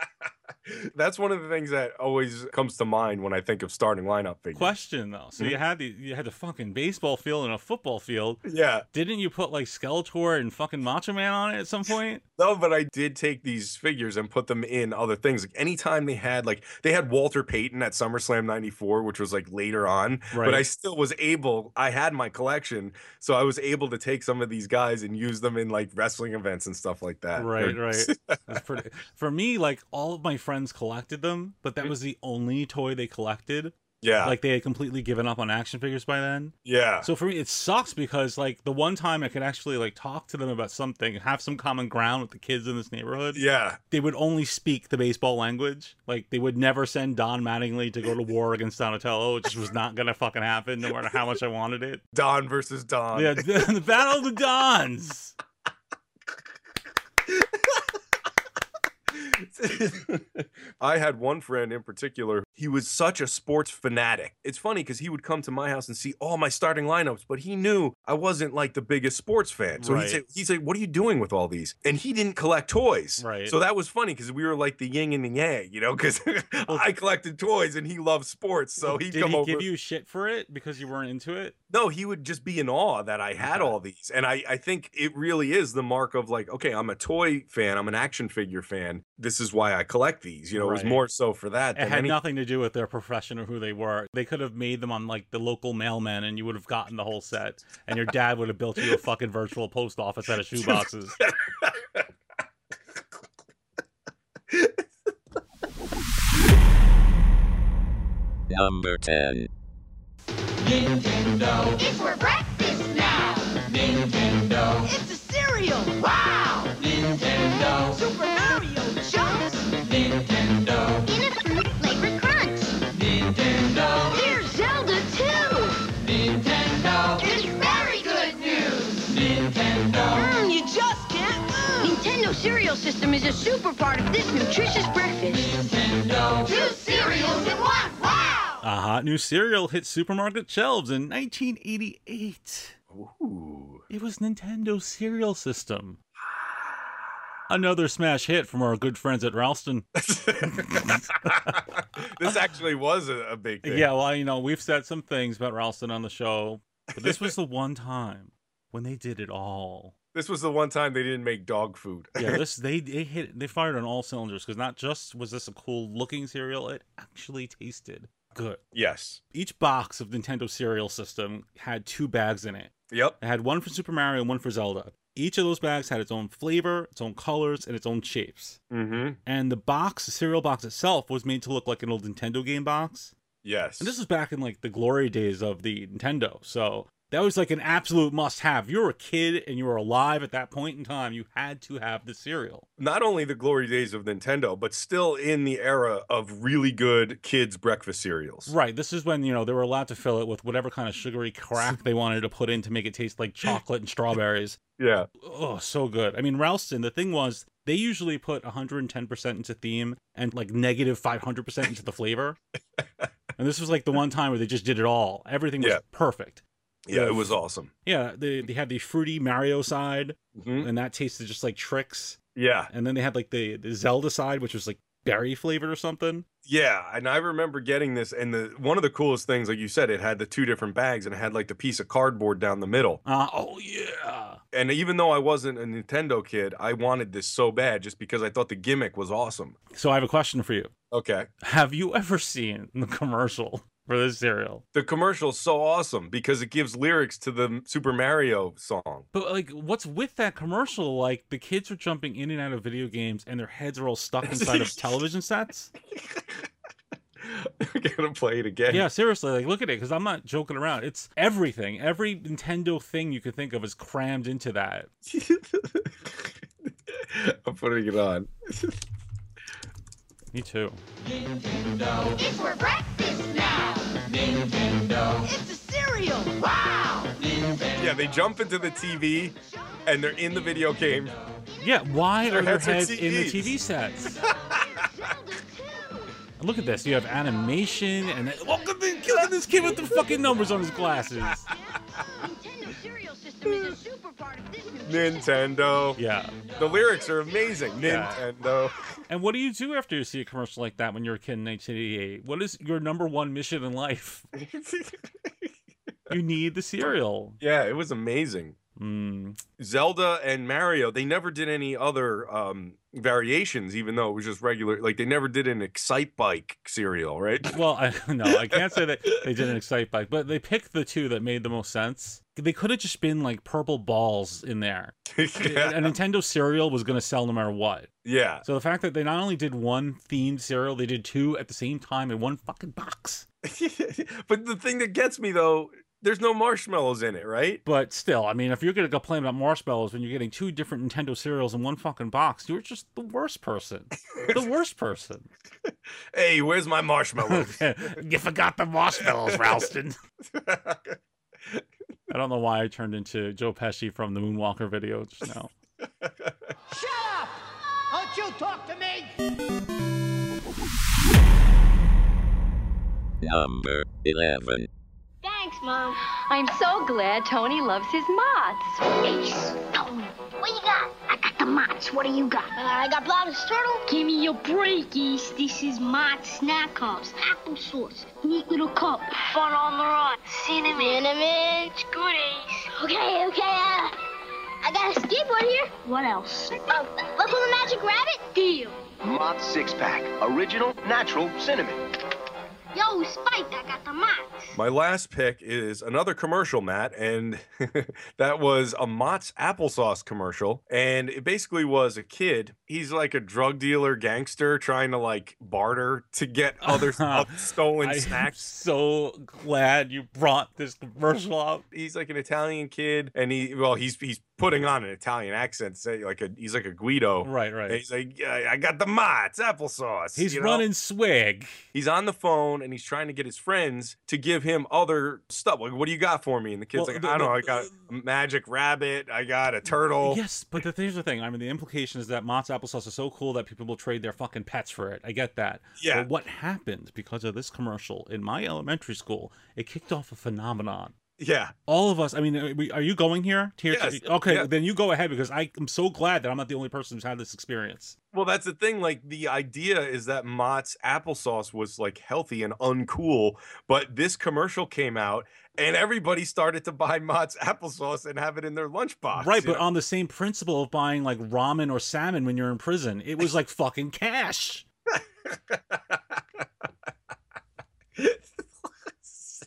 [SPEAKER 3] That's one of the things that always comes to mind when I think of starting lineup figures.
[SPEAKER 4] Question though. So
[SPEAKER 3] Mm-hmm.
[SPEAKER 4] you had the you had the fucking baseball field and a football field.
[SPEAKER 3] Yeah.
[SPEAKER 4] Didn't you put like Skeletor and fucking Macho Man on it at some point?
[SPEAKER 3] No, but I did take these figures and put them in other things. Like anytime they had, like they had Walter Payton at SummerSlam '94, which was like later on. But I
[SPEAKER 4] Right.
[SPEAKER 3] still was able. I had my collection, so I was able to take some of these guys and use them in like wrestling events and stuff like that.
[SPEAKER 4] Right,
[SPEAKER 3] They're-
[SPEAKER 4] right. That's pretty. For me, like all of my friends collected them, but that was the only toy they collected.
[SPEAKER 3] Mm. Yeah,
[SPEAKER 4] Like they had completely given up on action figures by then.
[SPEAKER 3] yeah,
[SPEAKER 4] So for me, it sucks because like the one time I could actually like talk to them about something, have some common ground with the kids in this neighborhood,
[SPEAKER 3] yeah.
[SPEAKER 4] they would only speak the baseball language. Like they would never send Don Mattingly to go to war against Donatello. It just was not gonna fucking happen, no matter how much I wanted it.
[SPEAKER 3] Don versus Don.
[SPEAKER 4] Yeah, the, the Battle of the Dons.
[SPEAKER 3] I had one friend in particular. He was such a sports fanatic. It's funny because he would come to my house and see all my starting lineups, but he knew I wasn't like the biggest sports fan. So he'd,
[SPEAKER 4] Right.
[SPEAKER 3] say, he'd say, What are you doing with all these? And he didn't collect toys.
[SPEAKER 4] Right.
[SPEAKER 3] So that was funny because we were like the yin and the yang, you know, because I collected toys and he loved sports. So he'd
[SPEAKER 4] Did
[SPEAKER 3] come
[SPEAKER 4] he
[SPEAKER 3] over.
[SPEAKER 4] give you shit for it because you weren't into it?
[SPEAKER 3] No, he would just be in awe that I had all these. And I, I think it really is the mark of like, okay, I'm a toy fan, I'm an action figure fan. This is why I collect these. You know, it was
[SPEAKER 4] Right.
[SPEAKER 3] more so for that
[SPEAKER 4] It
[SPEAKER 3] than
[SPEAKER 4] had
[SPEAKER 3] any.
[SPEAKER 4] nothing to do with their profession or who they were. They could have made them on like the local mailman, and you would have gotten the whole set. And your dad would have built you a fucking virtual post office out of shoeboxes.
[SPEAKER 1] Number 10.
[SPEAKER 7] It's for breakfast now. Nintendo. It's a cereal. Wow. Nintendo. Super Mario Jumps. Nintendo. In a fruit flavored crunch. Nintendo. Here's Zelda too. Nintendo. It's very good news. Nintendo.
[SPEAKER 5] Mm, you just can't move.
[SPEAKER 7] Nintendo cereal system is a super part of this nutritious breakfast. Nintendo. Two cereals in one. Wow.
[SPEAKER 4] A hot new cereal hit supermarket shelves in 1988.
[SPEAKER 3] Ooh.
[SPEAKER 4] It was Nintendo Cereal System. Another smash hit from our good friends at Ralston.
[SPEAKER 3] this actually was a, a big thing.
[SPEAKER 4] Yeah, well, you know, we've said some things about Ralston on the show, but this was the one time when they did it all.
[SPEAKER 3] This was the one time they didn't make dog food.
[SPEAKER 4] yeah, this they they hit they fired on all cylinders because not just was this a cool looking cereal, it actually tasted good.
[SPEAKER 3] yes.
[SPEAKER 4] Each box of Nintendo cereal system had two bags in it.
[SPEAKER 3] Yep.
[SPEAKER 4] It had one for Super Mario and one for Zelda. Each of those bags had its own flavor, its own colors, and its own shapes.
[SPEAKER 3] Mm-hmm.
[SPEAKER 4] And the box, the cereal box itself, was made to look like an old Nintendo game box.
[SPEAKER 3] Yes.
[SPEAKER 4] And this was back in like the glory days of the Nintendo. So that was like an absolute must have. You were a kid and you were alive at that point in time. You had to have the cereal.
[SPEAKER 3] not only the glory days of Nintendo, but still in the era of really good kids' breakfast cereals.
[SPEAKER 4] Right. This is when, you know, they were allowed to fill it with whatever kind of sugary crack they wanted to put in to make it taste like chocolate and strawberries.
[SPEAKER 3] Yeah.
[SPEAKER 4] Oh, so good. I mean, Ralston, the thing was, They usually put 110% into theme and like negative 500% into the flavor. and this was like the one time where they just did it all. Everything was
[SPEAKER 3] Yeah.
[SPEAKER 4] perfect.
[SPEAKER 3] Yeah, it was awesome.
[SPEAKER 4] Yeah, they, they had the fruity Mario side,
[SPEAKER 3] Mhm.
[SPEAKER 4] and that tasted just like tricks.
[SPEAKER 3] Yeah,
[SPEAKER 4] And then they had like the, the Zelda side, which was like berry flavored or something.
[SPEAKER 3] yeah, and I remember getting this, and the one of the coolest things, like you said, it had the two different bags, and it had like the piece of cardboard down the middle.
[SPEAKER 4] Uh, oh, yeah.
[SPEAKER 3] And even though I wasn't a Nintendo kid, I wanted this so bad just because I thought the gimmick was awesome.
[SPEAKER 4] So I have a question for you.
[SPEAKER 3] Okay,
[SPEAKER 4] Have you ever seen the commercial for this cereal?
[SPEAKER 3] the commercial's so awesome because it gives lyrics to the Super Mario song.
[SPEAKER 4] But like, what's with that commercial? Like, the kids are jumping in and out of video games, and their heads are all stuck inside of television sets.
[SPEAKER 3] I'm gonna play it again.
[SPEAKER 4] Yeah, seriously, like, look at it, because I'm not joking around. It's everything. Every Nintendo thing you can think of is crammed into that.
[SPEAKER 3] I'm putting it on.
[SPEAKER 4] Me too.
[SPEAKER 5] It's for breakfast now. Nintendo. It's a cereal. Wow.
[SPEAKER 3] Yeah, they jump into the TV and they're in the video game.
[SPEAKER 4] Yeah, why
[SPEAKER 3] Their
[SPEAKER 4] are their
[SPEAKER 3] heads
[SPEAKER 4] heads
[SPEAKER 3] are
[SPEAKER 4] in the
[SPEAKER 3] TVs.
[SPEAKER 4] TV sets?
[SPEAKER 7] Zelda too.
[SPEAKER 4] look at this. You have animation, and look at this, look at this kid with the fucking numbers on his glasses.
[SPEAKER 7] Nintendo cereal system is a super part of this new
[SPEAKER 3] Nintendo.
[SPEAKER 4] Yeah.
[SPEAKER 3] The lyrics are amazing.
[SPEAKER 4] Yeah.
[SPEAKER 3] Nintendo.
[SPEAKER 4] And what do you do after you see a commercial like that when you're a kid in 1988? What is your number one mission in life? You need the cereal.
[SPEAKER 3] yeah, it was amazing.
[SPEAKER 4] Mm.
[SPEAKER 3] Zelda and Mario, they never did any other um variations, even though it was just regular. Like they never did an Excite Bike cereal, right?
[SPEAKER 4] Well, I, no, I can't say that they did an excite bike, but they picked the two that made the most sense. They could have just been like purple balls in there. A Nintendo cereal was going to sell no matter what.
[SPEAKER 3] yeah.
[SPEAKER 4] So the fact that they not only did one themed cereal, they did two at the same time in one fucking box.
[SPEAKER 3] but the thing that gets me though, there's no marshmallows in it, right?
[SPEAKER 4] But still, I mean, if you're going to complain about marshmallows when you're getting two different Nintendo cereals in one fucking box, you're just the worst person. the worst person.
[SPEAKER 3] Hey, where's my marshmallows?
[SPEAKER 4] you forgot the marshmallows, Ralston. I don't know why I turned into Joe Pesci from the Moonwalker video just now.
[SPEAKER 5] Shut up. Don't you talk to me.
[SPEAKER 1] Number 11.
[SPEAKER 7] Thanks, Mom. I'm so glad Tony loves his mods.
[SPEAKER 10] Ace, Tony, what you got? I got the Mott's. What do you Uh, got?
[SPEAKER 7] I got Blotto's turtle.
[SPEAKER 10] Give me your break, Ace. This is Mott's snack house. Applesauce, neat little cup. Fun on the run. Cinnamon. Cinnamon. It's good, Ace.
[SPEAKER 7] Okay, okay. Uh, I got a skateboard here.
[SPEAKER 10] What else?
[SPEAKER 7] Oh, let's pull the magic rabbit.
[SPEAKER 10] Deal.
[SPEAKER 11] Mott Six Pack. Original, natural, cinnamon.
[SPEAKER 10] Yo, Spike, I got the Mott's.
[SPEAKER 3] My last pick is another commercial, Matt, and that was a Mott's applesauce commercial. And it basically was a kid. He's like a drug dealer gangster trying to like barter to get other stuff, stolen
[SPEAKER 4] I'm
[SPEAKER 3] snacks.
[SPEAKER 4] so glad you brought this commercial up.
[SPEAKER 3] He's like an Italian kid, and he well, he's he's putting on an Italian accent, say like a he's like a Guido.
[SPEAKER 4] Right,
[SPEAKER 3] And
[SPEAKER 4] right.
[SPEAKER 3] He's like, "Yeah, I got the Mott's applesauce.
[SPEAKER 4] He's
[SPEAKER 3] you know?
[SPEAKER 4] running swag.
[SPEAKER 3] He's on the phone and he's trying to get his friends to give him other stuff. Like, what do you got for me? And the kid's
[SPEAKER 4] Well,
[SPEAKER 3] like,
[SPEAKER 4] the-
[SPEAKER 3] I don't know.
[SPEAKER 4] the-
[SPEAKER 3] I got a magic rabbit. I got a turtle.
[SPEAKER 4] Yes, but the, here's the thing. I mean, the implication is that Mott's applesauce is so cool that people will trade their fucking pets for it. I get that.
[SPEAKER 3] Yeah.
[SPEAKER 4] But what happened because of this commercial in my elementary school? It kicked off a phenomenon.
[SPEAKER 3] Yeah.
[SPEAKER 4] All of us. I mean, are, we, are you going here? To your-
[SPEAKER 3] Yes,
[SPEAKER 4] okay,
[SPEAKER 3] yeah.
[SPEAKER 4] then you go ahead because I am so glad that I'm not the only person who's had this experience.
[SPEAKER 3] Well, that's the thing. Like, the idea is that Mott's applesauce was like healthy and uncool, but this commercial came out and everybody started to buy Mott's applesauce and have it in their lunchbox.
[SPEAKER 4] right,
[SPEAKER 3] you
[SPEAKER 4] but
[SPEAKER 3] know?
[SPEAKER 4] on the same principle of buying like ramen or salmon when you're in prison, it was like fucking cash.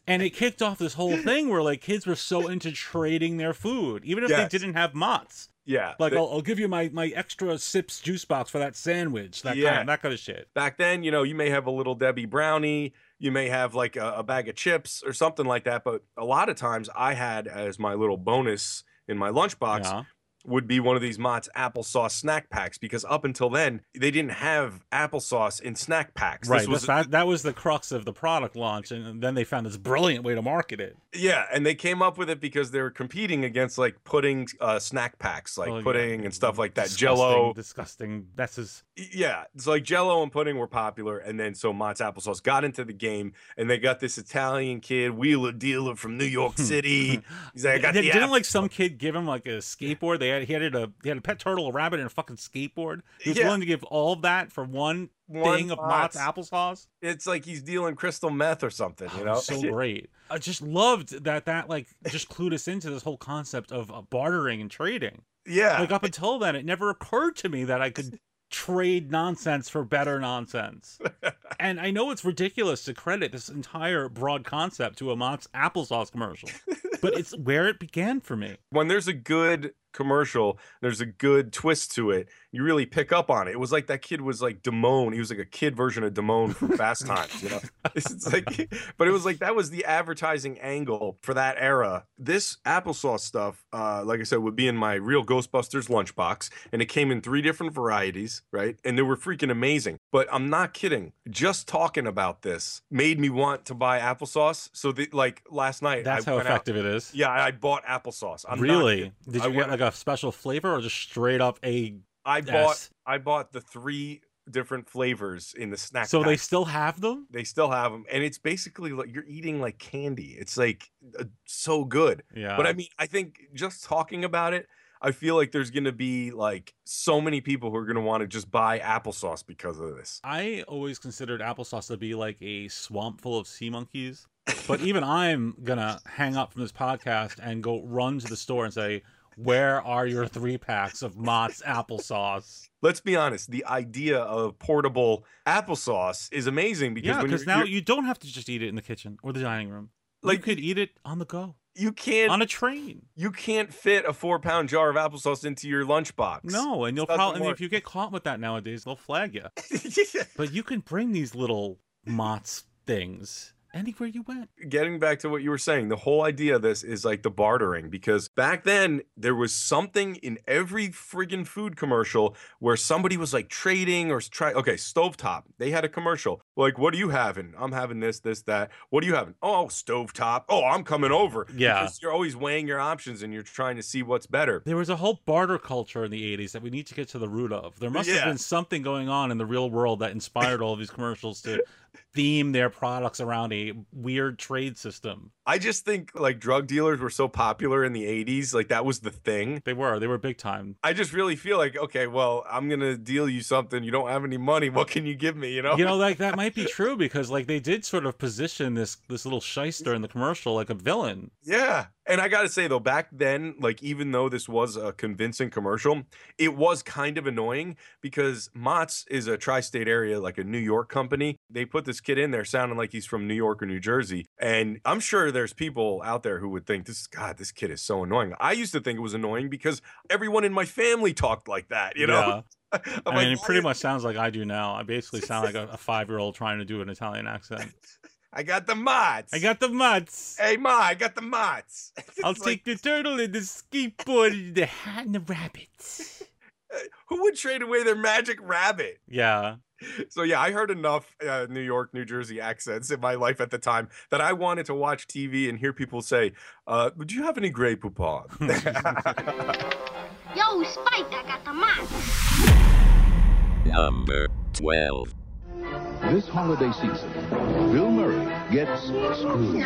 [SPEAKER 4] And it kicked off this whole thing where like kids were so into trading their food, even if
[SPEAKER 3] Yes.
[SPEAKER 4] they didn't have Mott's.
[SPEAKER 3] yeah.
[SPEAKER 4] Like,
[SPEAKER 3] the-
[SPEAKER 4] I'll, I'll give you my, my extra sips juice box for that sandwich, that
[SPEAKER 3] Yeah.
[SPEAKER 4] kind of, that kind of shit.
[SPEAKER 3] back then, you know, you may have a little Debbie brownie, you may have like a, a bag of chips or something like that. But a lot of times I had as my little bonus in my lunchbox
[SPEAKER 4] Yeah.
[SPEAKER 3] would be one of these Mott's applesauce snack packs because up until then they didn't have applesauce in snack packs.
[SPEAKER 4] Right.
[SPEAKER 3] This was
[SPEAKER 4] that's- that, that was the crux of the product launch, and then they found this brilliant way to market it.
[SPEAKER 3] yeah, and they came up with it because they were competing against like pudding uh, snack packs, like
[SPEAKER 4] Oh, yeah.
[SPEAKER 3] pudding and stuff like that.
[SPEAKER 4] Disgusting,
[SPEAKER 3] Jello.
[SPEAKER 4] disgusting. That's his.
[SPEAKER 3] Yeah, it's like Jello and pudding were popular, and then so Mott's applesauce got into the game, and they got this Italian kid wheeler dealer from New York City. He's like, I got
[SPEAKER 4] They-
[SPEAKER 3] the
[SPEAKER 4] didn't
[SPEAKER 3] app-
[SPEAKER 4] like some kid give him like a skateboard. They had he had a he had a pet turtle, a rabbit, and a fucking skateboard. He was
[SPEAKER 3] Yeah.
[SPEAKER 4] willing to give all of that for one,
[SPEAKER 3] One
[SPEAKER 4] thing of Mott's applesauce.
[SPEAKER 3] It's like he's dealing crystal meth or something, you
[SPEAKER 4] Oh,
[SPEAKER 3] know?
[SPEAKER 4] so great. I just loved that that like just clued us into this whole concept of uh, bartering and trading.
[SPEAKER 3] Yeah.
[SPEAKER 4] Like up until then, it never occurred to me that I could trade nonsense for better nonsense. and I know it's ridiculous to credit this entire broad concept to a Mott's applesauce commercial, but it's where it began for me.
[SPEAKER 3] when there's a good commercial, there's a good twist to it. You really pick up on it. It was like that kid was like Damone. He was like a kid version of Damone from Fast Times, you know. It's it's like, but it was like that was the advertising angle for that era. This applesauce stuff, uh, like I said, would be in my real Ghostbusters lunchbox, and it came in three different varieties, right? And they were freaking amazing. But I'm not kidding. Just talking about this made me want to buy applesauce. So the, like last night,
[SPEAKER 4] That's
[SPEAKER 3] I
[SPEAKER 4] how
[SPEAKER 3] went out-
[SPEAKER 4] effective it is.
[SPEAKER 3] Yeah, I bought applesauce. I'm not
[SPEAKER 4] really?
[SPEAKER 3] kidding.
[SPEAKER 4] Did
[SPEAKER 3] I
[SPEAKER 4] you
[SPEAKER 3] went-
[SPEAKER 4] get like a special flavor or just straight up a?
[SPEAKER 3] I bought
[SPEAKER 4] Yes.
[SPEAKER 3] I bought the three different flavors in the snack.
[SPEAKER 4] So they
[SPEAKER 3] pack.
[SPEAKER 4] still have them.
[SPEAKER 3] they still have them, and it's basically like you're eating like candy. It's like uh, so good.
[SPEAKER 4] Yeah.
[SPEAKER 3] But I mean, I think just talking about it, I feel like there's gonna be like so many people who are gonna want to just buy applesauce because of this.
[SPEAKER 4] I always considered applesauce to be like a swamp full of sea monkeys. But even I'm gonna hang up from this podcast and go run to the store and say, "Where are your three packs of Mott's applesauce?"
[SPEAKER 3] Let's be honest, the idea of portable applesauce is amazing because
[SPEAKER 4] yeah,
[SPEAKER 3] when
[SPEAKER 4] because
[SPEAKER 3] you're,
[SPEAKER 4] now
[SPEAKER 3] you're-
[SPEAKER 4] you don't have to just eat it in the kitchen or the dining room. Like, you could eat it on the go,
[SPEAKER 3] you can't
[SPEAKER 4] on a train.
[SPEAKER 3] you can't fit a four pound jar of applesauce into your lunchbox.
[SPEAKER 4] No, and you'll
[SPEAKER 3] Doesn't
[SPEAKER 4] probably and
[SPEAKER 3] work.
[SPEAKER 4] if you get caught with that nowadays, they'll flag you. but you can bring these little Mott's things anywhere you went.
[SPEAKER 3] getting back to what you were saying, the whole idea of this is like the bartering because back then there was something in every friggin' food commercial where somebody was like trading or try. Okay, Stovetop, they had a commercial like, "What are you having? I'm having this, this, that. What are you having? Oh, Stovetop. Oh, I'm coming over."
[SPEAKER 4] Yeah.
[SPEAKER 3] because you're always weighing your options and you're trying to see what's better.
[SPEAKER 4] There was a whole barter culture in the 80s that we need to get to the root of. There must have
[SPEAKER 3] Yeah.
[SPEAKER 4] been something going on in the real world that inspired all of these commercials to theme their products around a weird trade system.
[SPEAKER 3] I just think like drug dealers were so popular in the '80s, like that was the thing.
[SPEAKER 4] They were, they were big time.
[SPEAKER 3] I just really feel like, okay, well, I'm gonna deal you something. You don't have any money. What can you give me? You know?
[SPEAKER 4] You know, like that might be true because like they did sort of position this this little shyster in the commercial like a villain.
[SPEAKER 3] Yeah. And I got to say, though, back then, like, even though this was a convincing commercial, it was kind of annoying because Mott's is a tri state area, like a New York company. They put this kid in there sounding like he's from New York or New Jersey. And I'm sure there's people out there who would think, this, God, this kid is so annoying. I used to think it was annoying because everyone in my family talked like that, you know? I'm
[SPEAKER 4] I
[SPEAKER 3] like,
[SPEAKER 4] mean, it
[SPEAKER 3] "Why
[SPEAKER 4] pretty
[SPEAKER 3] is-
[SPEAKER 4] much sounds like I do now. I basically sound like a, a five year old trying to do an Italian accent.
[SPEAKER 3] I got the Mott's.
[SPEAKER 4] I got the mutts.
[SPEAKER 3] Hey, Ma, I got the Mott's. It's
[SPEAKER 4] I'll
[SPEAKER 3] like,
[SPEAKER 4] take the turtle and the skateboard and the hat and the rabbit.
[SPEAKER 3] who would trade away their magic rabbit?
[SPEAKER 4] Yeah.
[SPEAKER 3] So yeah, I heard enough uh, New York, New Jersey accents in my life at the time that I wanted to watch TV and hear people say, uh, "Do you have any Grey Poupon?"
[SPEAKER 10] Yo, Spike, I got the mods.
[SPEAKER 1] Number 12.
[SPEAKER 6] This holiday season, Bill Murray gets screwed.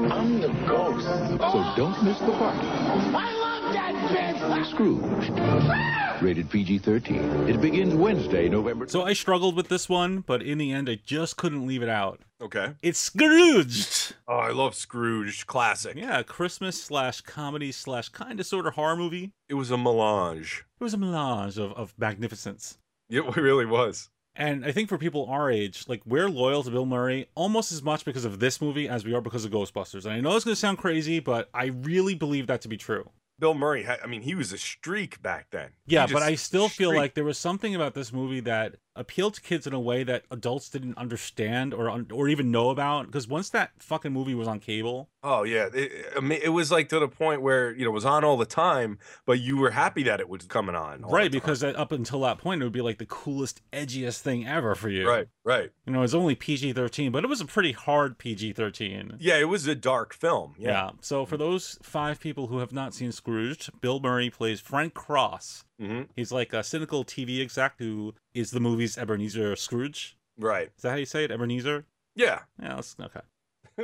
[SPEAKER 6] I'm the ghost. So don't miss the party.
[SPEAKER 5] I love that bitch!
[SPEAKER 6] Scrooge. Rated PG 13. It begins Wednesday, November.
[SPEAKER 4] So I struggled with this one, but in the end, I just couldn't leave it out.
[SPEAKER 3] okay.
[SPEAKER 4] It's Scrooged.
[SPEAKER 3] Oh, I love Scrooge. Classic.
[SPEAKER 4] Yeah, a Christmas slash comedy slash kind of sort of horror movie.
[SPEAKER 3] It was a melange.
[SPEAKER 4] It was a melange of, of magnificence.
[SPEAKER 3] It really was.
[SPEAKER 4] And I think for people our age, like we're loyal to Bill Murray almost as much because of this movie as we are because of Ghostbusters. And I know it's going to sound crazy, but I really believe that to be true.
[SPEAKER 3] Bill Murray. Had, I mean, he was a streak back then. He
[SPEAKER 4] Yeah,
[SPEAKER 3] just
[SPEAKER 4] but I still feel
[SPEAKER 3] streaked.
[SPEAKER 4] like there was something about this movie that appealed to kids in a way that adults didn't understand or un- or even know about. Because once that fucking movie was on cable,
[SPEAKER 3] Oh yeah, it, I mean, it was like to the point where you know it was on all the time, but you were happy that it was coming on. all the
[SPEAKER 4] right?
[SPEAKER 3] time.
[SPEAKER 4] Because that, up until that point, it would be like the coolest, edgiest thing ever for you.
[SPEAKER 3] Right, right.
[SPEAKER 4] You know, it's only PG thirteen, but it was a pretty hard PG thirteen.
[SPEAKER 3] Yeah, it was a dark film.
[SPEAKER 4] Yeah.
[SPEAKER 3] Yeah,
[SPEAKER 4] So for those five people who have not seen Scrooged, Bill Murray plays Frank Cross.
[SPEAKER 3] Mhm.
[SPEAKER 4] He's like a cynical TV exec who is the movie's Ebenezer Scrooge.
[SPEAKER 3] Right.
[SPEAKER 4] Is that how you say it, Ebenezer?
[SPEAKER 3] yeah.
[SPEAKER 4] Yeah. That's, okay.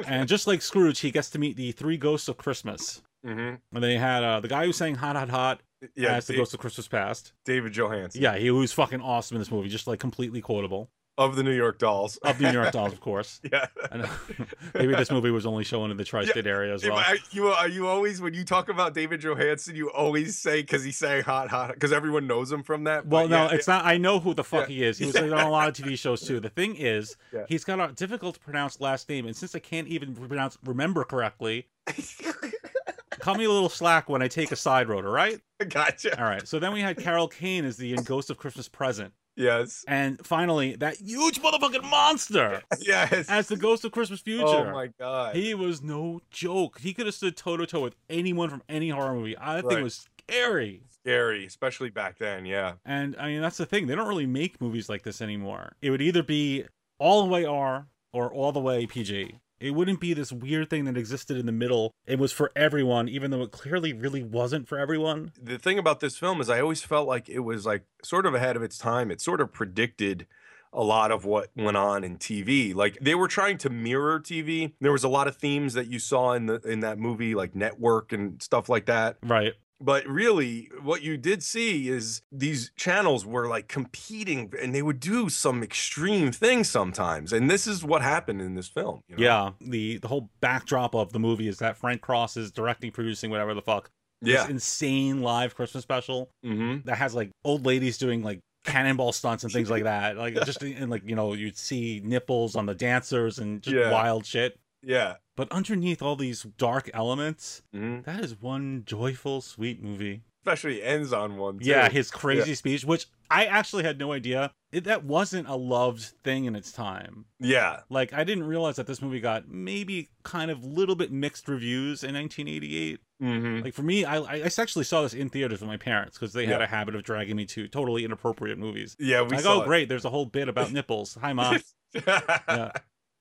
[SPEAKER 4] and just like Scrooge, he gets to meet the three ghosts of Christmas.
[SPEAKER 3] Mm-hmm.
[SPEAKER 4] And they had uh, the guy who sang "Hot, Hot, Hot"
[SPEAKER 3] Yeah,
[SPEAKER 4] as the
[SPEAKER 3] Dave-
[SPEAKER 4] Ghost of Christmas Past.
[SPEAKER 3] David Johansen.
[SPEAKER 4] Yeah, he was fucking awesome in this movie, just like completely quotable
[SPEAKER 3] of the New York Dolls.
[SPEAKER 4] of the New York Dolls, of course.
[SPEAKER 3] yeah.
[SPEAKER 4] And maybe this movie was only shown in the tri-state area as
[SPEAKER 3] Yeah,
[SPEAKER 4] well.
[SPEAKER 3] but Are you are you always when you talk about David Johansen, you always say because he sang hot hot because everyone knows him from that.
[SPEAKER 4] Well,
[SPEAKER 3] but
[SPEAKER 4] no,
[SPEAKER 3] yeah,
[SPEAKER 4] it's not. I know who the fuck he is. He was like, on a lot of TV shows too. The thing is,
[SPEAKER 3] Yeah.
[SPEAKER 4] he's got a difficult to pronounce last name, and since I can't even pronounce remember correctly, cut me a little slack when I take a side road. All right.
[SPEAKER 3] Gotcha.
[SPEAKER 4] All right. So then we had Carol Kane as the Ghost of Christmas Present,
[SPEAKER 3] Yes.
[SPEAKER 4] and finally that huge motherfucking monster
[SPEAKER 3] Yes.
[SPEAKER 4] as the Ghost of Christmas Future.
[SPEAKER 3] Oh my god.
[SPEAKER 4] He was no joke. He could have stood toe to toe with anyone from any horror movie. I think
[SPEAKER 3] Right.
[SPEAKER 4] it was scary.
[SPEAKER 3] Scary, especially back then. Yeah.
[SPEAKER 4] And I mean, that's the thing. They don't really make movies like this anymore. It would either be all the way R or all the way PG. It wouldn't be this weird thing that existed in the middle. It was for everyone, even though it clearly really wasn't for everyone.
[SPEAKER 3] the thing about this film is I always felt like it was like sort of ahead of its time. It sort of predicted a lot of what went on in TV. Like they were trying to mirror TV. There was a lot of themes that you saw in the in that movie like network and stuff like that.
[SPEAKER 4] Right.
[SPEAKER 3] But really, what you did see is these channels were like competing and they would do some extreme things sometimes. And this is what happened in this film. you know?
[SPEAKER 4] Yeah. The the whole backdrop of the movie is that Frank Cross is directing, producing, whatever the fuck. This
[SPEAKER 3] Yeah.
[SPEAKER 4] insane live Christmas special
[SPEAKER 3] Mm-hmm.
[SPEAKER 4] that has like old ladies doing like cannonball stunts and things like that. Like just and like, you know, you'd see nipples on the dancers and just
[SPEAKER 3] Yeah.
[SPEAKER 4] wild shit.
[SPEAKER 3] Yeah.
[SPEAKER 4] But underneath all these dark elements,
[SPEAKER 3] hmm
[SPEAKER 4] that is one joyful, sweet movie.
[SPEAKER 3] Especially ends on one. too.
[SPEAKER 4] Yeah, his crazy speech, which I actually had no idea. It, that wasn't a loved thing in its time.
[SPEAKER 3] Yeah.
[SPEAKER 4] Like, I didn't realize that this movie got maybe kind of little bit mixed reviews in 1988.
[SPEAKER 3] Mm-hmm.
[SPEAKER 4] Like, for me, I, I actually saw this in theaters with my parents because they had
[SPEAKER 3] Yeah.
[SPEAKER 4] a habit of dragging me to totally inappropriate movies.
[SPEAKER 3] Yeah. We
[SPEAKER 4] like,
[SPEAKER 3] saw
[SPEAKER 4] oh,
[SPEAKER 3] it.
[SPEAKER 4] great, there's a whole bit about nipples. Hi, Mom. Yeah.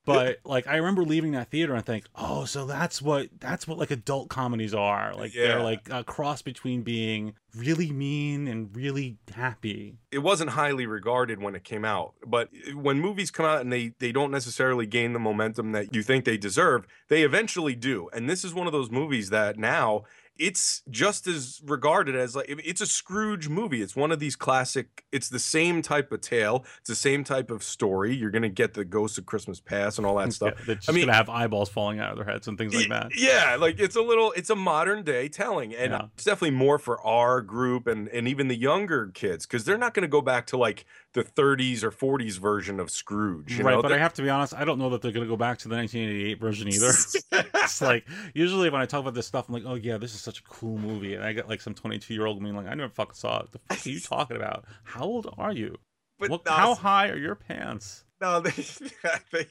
[SPEAKER 4] But like I remember leaving that theater and think, oh, so that's what that's what like adult comedies are. Like
[SPEAKER 3] Yeah.
[SPEAKER 4] they're like a cross between being really mean and really happy.
[SPEAKER 3] it wasn't highly regarded when it came out but eh, when movies come out and they they don't necessarily gain the momentum that you think they deserve they eventually do and this is one of those movies that now it's just as regarded as like it- it's a scrooge movie it's one of these classic it's the same type of tale it's the same type of story you're going to get the ghost of christmas past and all that stuff
[SPEAKER 4] Yeah, they're just
[SPEAKER 3] mean-
[SPEAKER 4] gonna have eyeballs falling out of their heads and things like
[SPEAKER 3] Y-
[SPEAKER 4] that.
[SPEAKER 3] Yeah, like it's a little, it's a modern day telling, and
[SPEAKER 4] Yeah.
[SPEAKER 3] it's definitely more for our group and and even the younger kids because they're not going to go back to like the 30s or 40s version of Scrooge, you
[SPEAKER 4] right,
[SPEAKER 3] know?
[SPEAKER 4] but I have to be honest, I don't know that they're gonna go back to the 1988 version either. it's like usually when I talk about this stuff, I'm like, oh yeah, this is such a cool movie, and I get like some 22 year old being like, I never fucking saw it. The fuck are you talking about? How old are you?
[SPEAKER 3] But
[SPEAKER 4] What-
[SPEAKER 3] no,
[SPEAKER 4] how high are your pants?
[SPEAKER 3] no, they, they-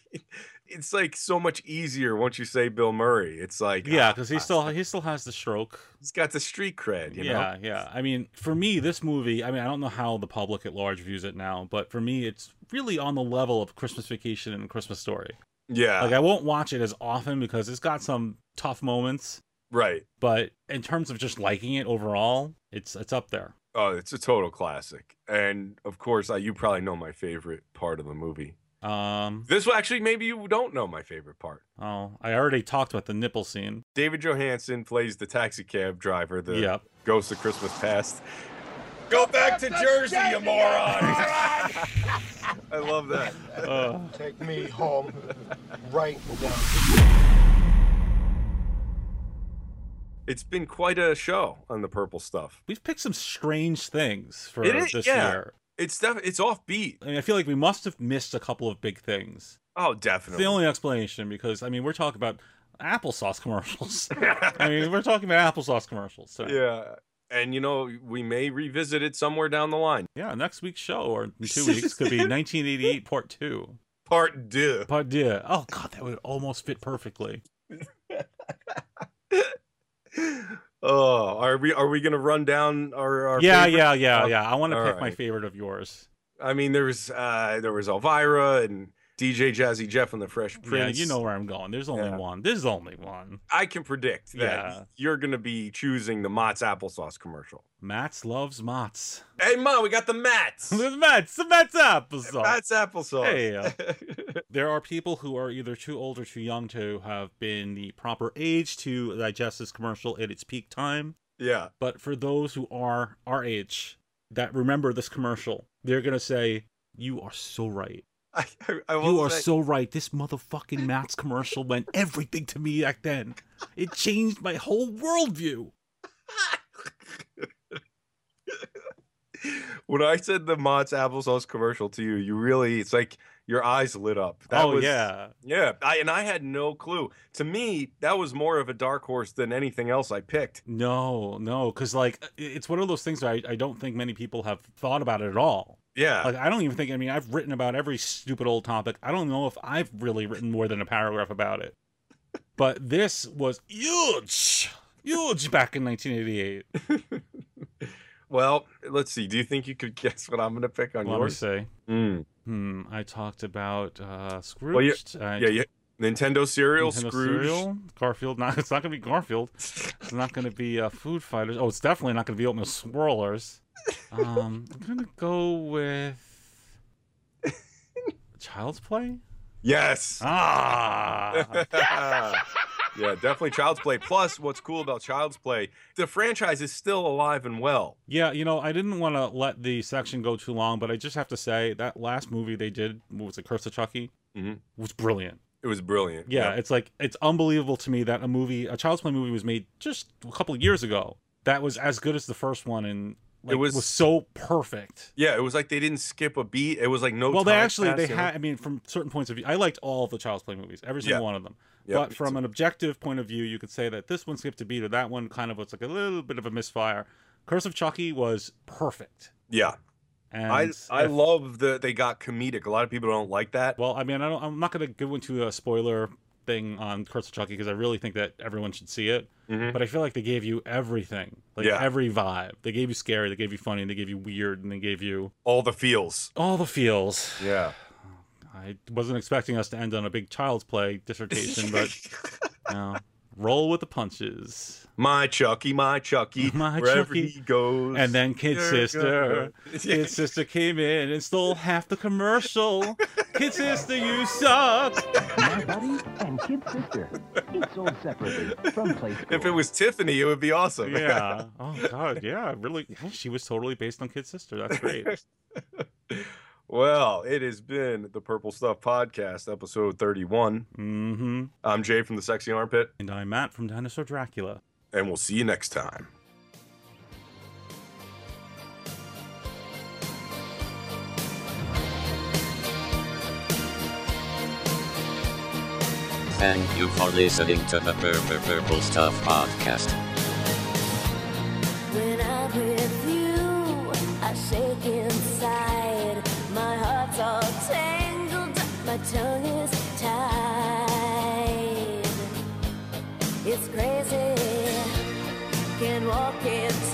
[SPEAKER 3] it's like so much easier once you say Bill Murray. It's like
[SPEAKER 4] Yeah,
[SPEAKER 3] ah,
[SPEAKER 4] because he still he still has the stroke.
[SPEAKER 3] he's got the street cred, you know.
[SPEAKER 4] yeah, yeah. I mean, for me, this movie. I mean, I don't know how the public at large views it now, but for me, it's really on the level of Christmas Vacation and Christmas Story.
[SPEAKER 3] Yeah,
[SPEAKER 4] Like, I won't watch it as often because it's got some tough moments,
[SPEAKER 3] right.
[SPEAKER 4] but in terms of just liking it overall, it's it's up there.
[SPEAKER 3] Oh, it's a total classic, and of course, I, you probably know my favorite part of the movie.
[SPEAKER 4] Um,
[SPEAKER 3] This actually, maybe you don't know my favorite part.
[SPEAKER 4] oh, I already talked about the nipple scene.
[SPEAKER 3] David Johansen plays the taxi cab driver, the
[SPEAKER 4] Yep.
[SPEAKER 3] ghost of Christmas past. Go back to Jersey, you moron! I love that.
[SPEAKER 4] Uh,
[SPEAKER 12] Take me home right now.
[SPEAKER 3] It's been quite a show on the purple stuff.
[SPEAKER 4] we've picked some strange things for
[SPEAKER 3] It is-
[SPEAKER 4] this
[SPEAKER 3] yeah.
[SPEAKER 4] year.
[SPEAKER 3] It's def- it's offbeat.
[SPEAKER 4] I mean, I feel like we must have missed a couple of big things.
[SPEAKER 3] Oh,
[SPEAKER 4] It's
[SPEAKER 3] definitely.
[SPEAKER 4] the only explanation because I mean we're talking about applesauce commercials. I mean we're talking about applesauce commercials. So
[SPEAKER 3] yeah. And you know, we may revisit it somewhere down the line.
[SPEAKER 4] Yeah, next week's show or in two weeks could be 1988 Part Two.
[SPEAKER 3] Part Deux.
[SPEAKER 4] Part Deux. Oh God, that would almost fit perfectly.
[SPEAKER 3] Oh, are we are we gonna run down our, our
[SPEAKER 4] yeah,
[SPEAKER 3] favorite?
[SPEAKER 4] yeah, yeah,
[SPEAKER 3] Oh,
[SPEAKER 4] yeah. I want to
[SPEAKER 3] all
[SPEAKER 4] pick my
[SPEAKER 3] right.
[SPEAKER 4] favorite of yours.
[SPEAKER 3] I mean, there was uh there was Elvira and DJ Jazzy Jeff and the Fresh Prince.
[SPEAKER 4] Yeah, you know where I'm going. There's only
[SPEAKER 3] Yeah.
[SPEAKER 4] one. There's only one.
[SPEAKER 3] I can predict that
[SPEAKER 4] Yeah.
[SPEAKER 3] you're gonna be choosing the Mott's applesauce commercial.
[SPEAKER 4] Matt's loves Mott's.
[SPEAKER 3] Hey, Ma, we got the Mats.
[SPEAKER 4] the Matt's. The Matt's applesauce.
[SPEAKER 3] Mats applesauce.
[SPEAKER 4] Hey, uh, there are people who are either too old or too young to have been the proper age to digest this commercial at its peak time.
[SPEAKER 3] yeah.
[SPEAKER 4] But for those who are our age that remember this commercial, they're going to say, You are so right.
[SPEAKER 3] I, I, I will
[SPEAKER 4] You are
[SPEAKER 3] say-
[SPEAKER 4] so right. This motherfucking Matt's commercial meant everything to me back then. It changed my whole worldview.
[SPEAKER 3] when I said the Mott's applesauce commercial to you, you really it's like your eyes lit up. That
[SPEAKER 4] oh,
[SPEAKER 3] was,
[SPEAKER 4] yeah.
[SPEAKER 3] Yeah, I, and I had no clue. To me, that was more of a dark horse than anything else I picked.
[SPEAKER 4] No, no, because like i- it's one of those things where I, I don't think many people have thought about it at all.
[SPEAKER 3] Yeah.
[SPEAKER 4] Like I don't even think I mean I've written about every stupid old topic. I don't know if I've really written more than a paragraph about it. But this was huge, huge back in 1988.
[SPEAKER 3] Well, let's see. Do you think you could guess what I'm going to pick on
[SPEAKER 4] Let me
[SPEAKER 3] yours?
[SPEAKER 4] say,
[SPEAKER 3] Mm.
[SPEAKER 4] hmm, I talked about uh, Scrooge.
[SPEAKER 3] Well, you- yeah, yeah. Nintendo cereal,
[SPEAKER 4] Nintendo
[SPEAKER 3] Scrooge.
[SPEAKER 4] cereal, Garfield. Not, it's not going to be Garfield. It's not going to be uh, Food Fighters. Oh, it's definitely not going to be oatmeal swirlers. Um, I'm going to go with Child's Play.
[SPEAKER 3] Yes.
[SPEAKER 4] Ah,
[SPEAKER 3] yeah, definitely Child's Play. Plus, what's cool about Child's Play, the franchise is still alive and well.
[SPEAKER 4] yeah. You know, I didn't want to let the section go too long, but I just have to say that last movie they did what was it, Curse of Chucky,
[SPEAKER 3] Mhm.
[SPEAKER 4] was brilliant.
[SPEAKER 3] It was brilliant.
[SPEAKER 4] Yeah, it's like it's unbelievable to me that a movie, a Child's Play movie, was made just a couple of years ago that was as good as the first one, and like,
[SPEAKER 3] was-
[SPEAKER 4] was so perfect.
[SPEAKER 3] Yeah, it was like they didn't skip a beat. It was like no.
[SPEAKER 4] well they
[SPEAKER 3] time
[SPEAKER 4] actually they
[SPEAKER 3] passed, you know?
[SPEAKER 4] had i mean from certain points of view i liked all of the child's play movies every single
[SPEAKER 3] Yeah.
[SPEAKER 4] one of them
[SPEAKER 3] Yeah,
[SPEAKER 4] but
[SPEAKER 3] me
[SPEAKER 4] from
[SPEAKER 3] too.
[SPEAKER 4] an objective point of view you could say that this one skipped a beat or that one kind of was like a little bit of a misfire curse of chucky was perfect
[SPEAKER 3] Yeah,
[SPEAKER 4] and
[SPEAKER 3] I I
[SPEAKER 4] if-
[SPEAKER 3] love that they got comedic. A lot of people don't like that.
[SPEAKER 4] well i mean I don't, i'm not going to go into a spoiler thing on curse of chucky because i really think that everyone should see it
[SPEAKER 3] Mhm.
[SPEAKER 4] but i feel like they gave you everything like
[SPEAKER 3] Yeah.
[SPEAKER 4] every vibe they gave you scary they gave you funny they gave you weird and they gave you
[SPEAKER 3] All the feels.
[SPEAKER 4] all the feels
[SPEAKER 3] Yeah.
[SPEAKER 4] I wasn't expecting us to end on a big child's play dissertation, but you know, roll with the punches.
[SPEAKER 3] My Chucky, my Chucky,
[SPEAKER 4] My
[SPEAKER 3] wherever
[SPEAKER 4] Chucky.
[SPEAKER 3] he goes.
[SPEAKER 4] And then Kid
[SPEAKER 3] You're
[SPEAKER 4] Sister.
[SPEAKER 3] gonna-
[SPEAKER 4] Kid Sister came in and stole half the commercial. Kid Sister, you suck.
[SPEAKER 6] My buddy and kid sister. Each sold separately from play
[SPEAKER 3] if it was Tiffany, it would be awesome.
[SPEAKER 4] Yeah. Oh god, yeah. Really she was totally based on Kid Sister. That's great.
[SPEAKER 3] well, it has been the Purple Stuff Podcast, episode 31.
[SPEAKER 4] Mm-hmm.
[SPEAKER 3] I'm Jay from the Sexy Armpit,
[SPEAKER 4] And I'm Matt from Dinosaur Dracula.
[SPEAKER 3] and we'll see you next time.
[SPEAKER 1] Thank you for listening to the Purple Purple Stuff podcast.
[SPEAKER 13] When I'm with you, I shake inside. My heart's all tangled up, my tongue is tied. It's crazy, can't walk it Oh,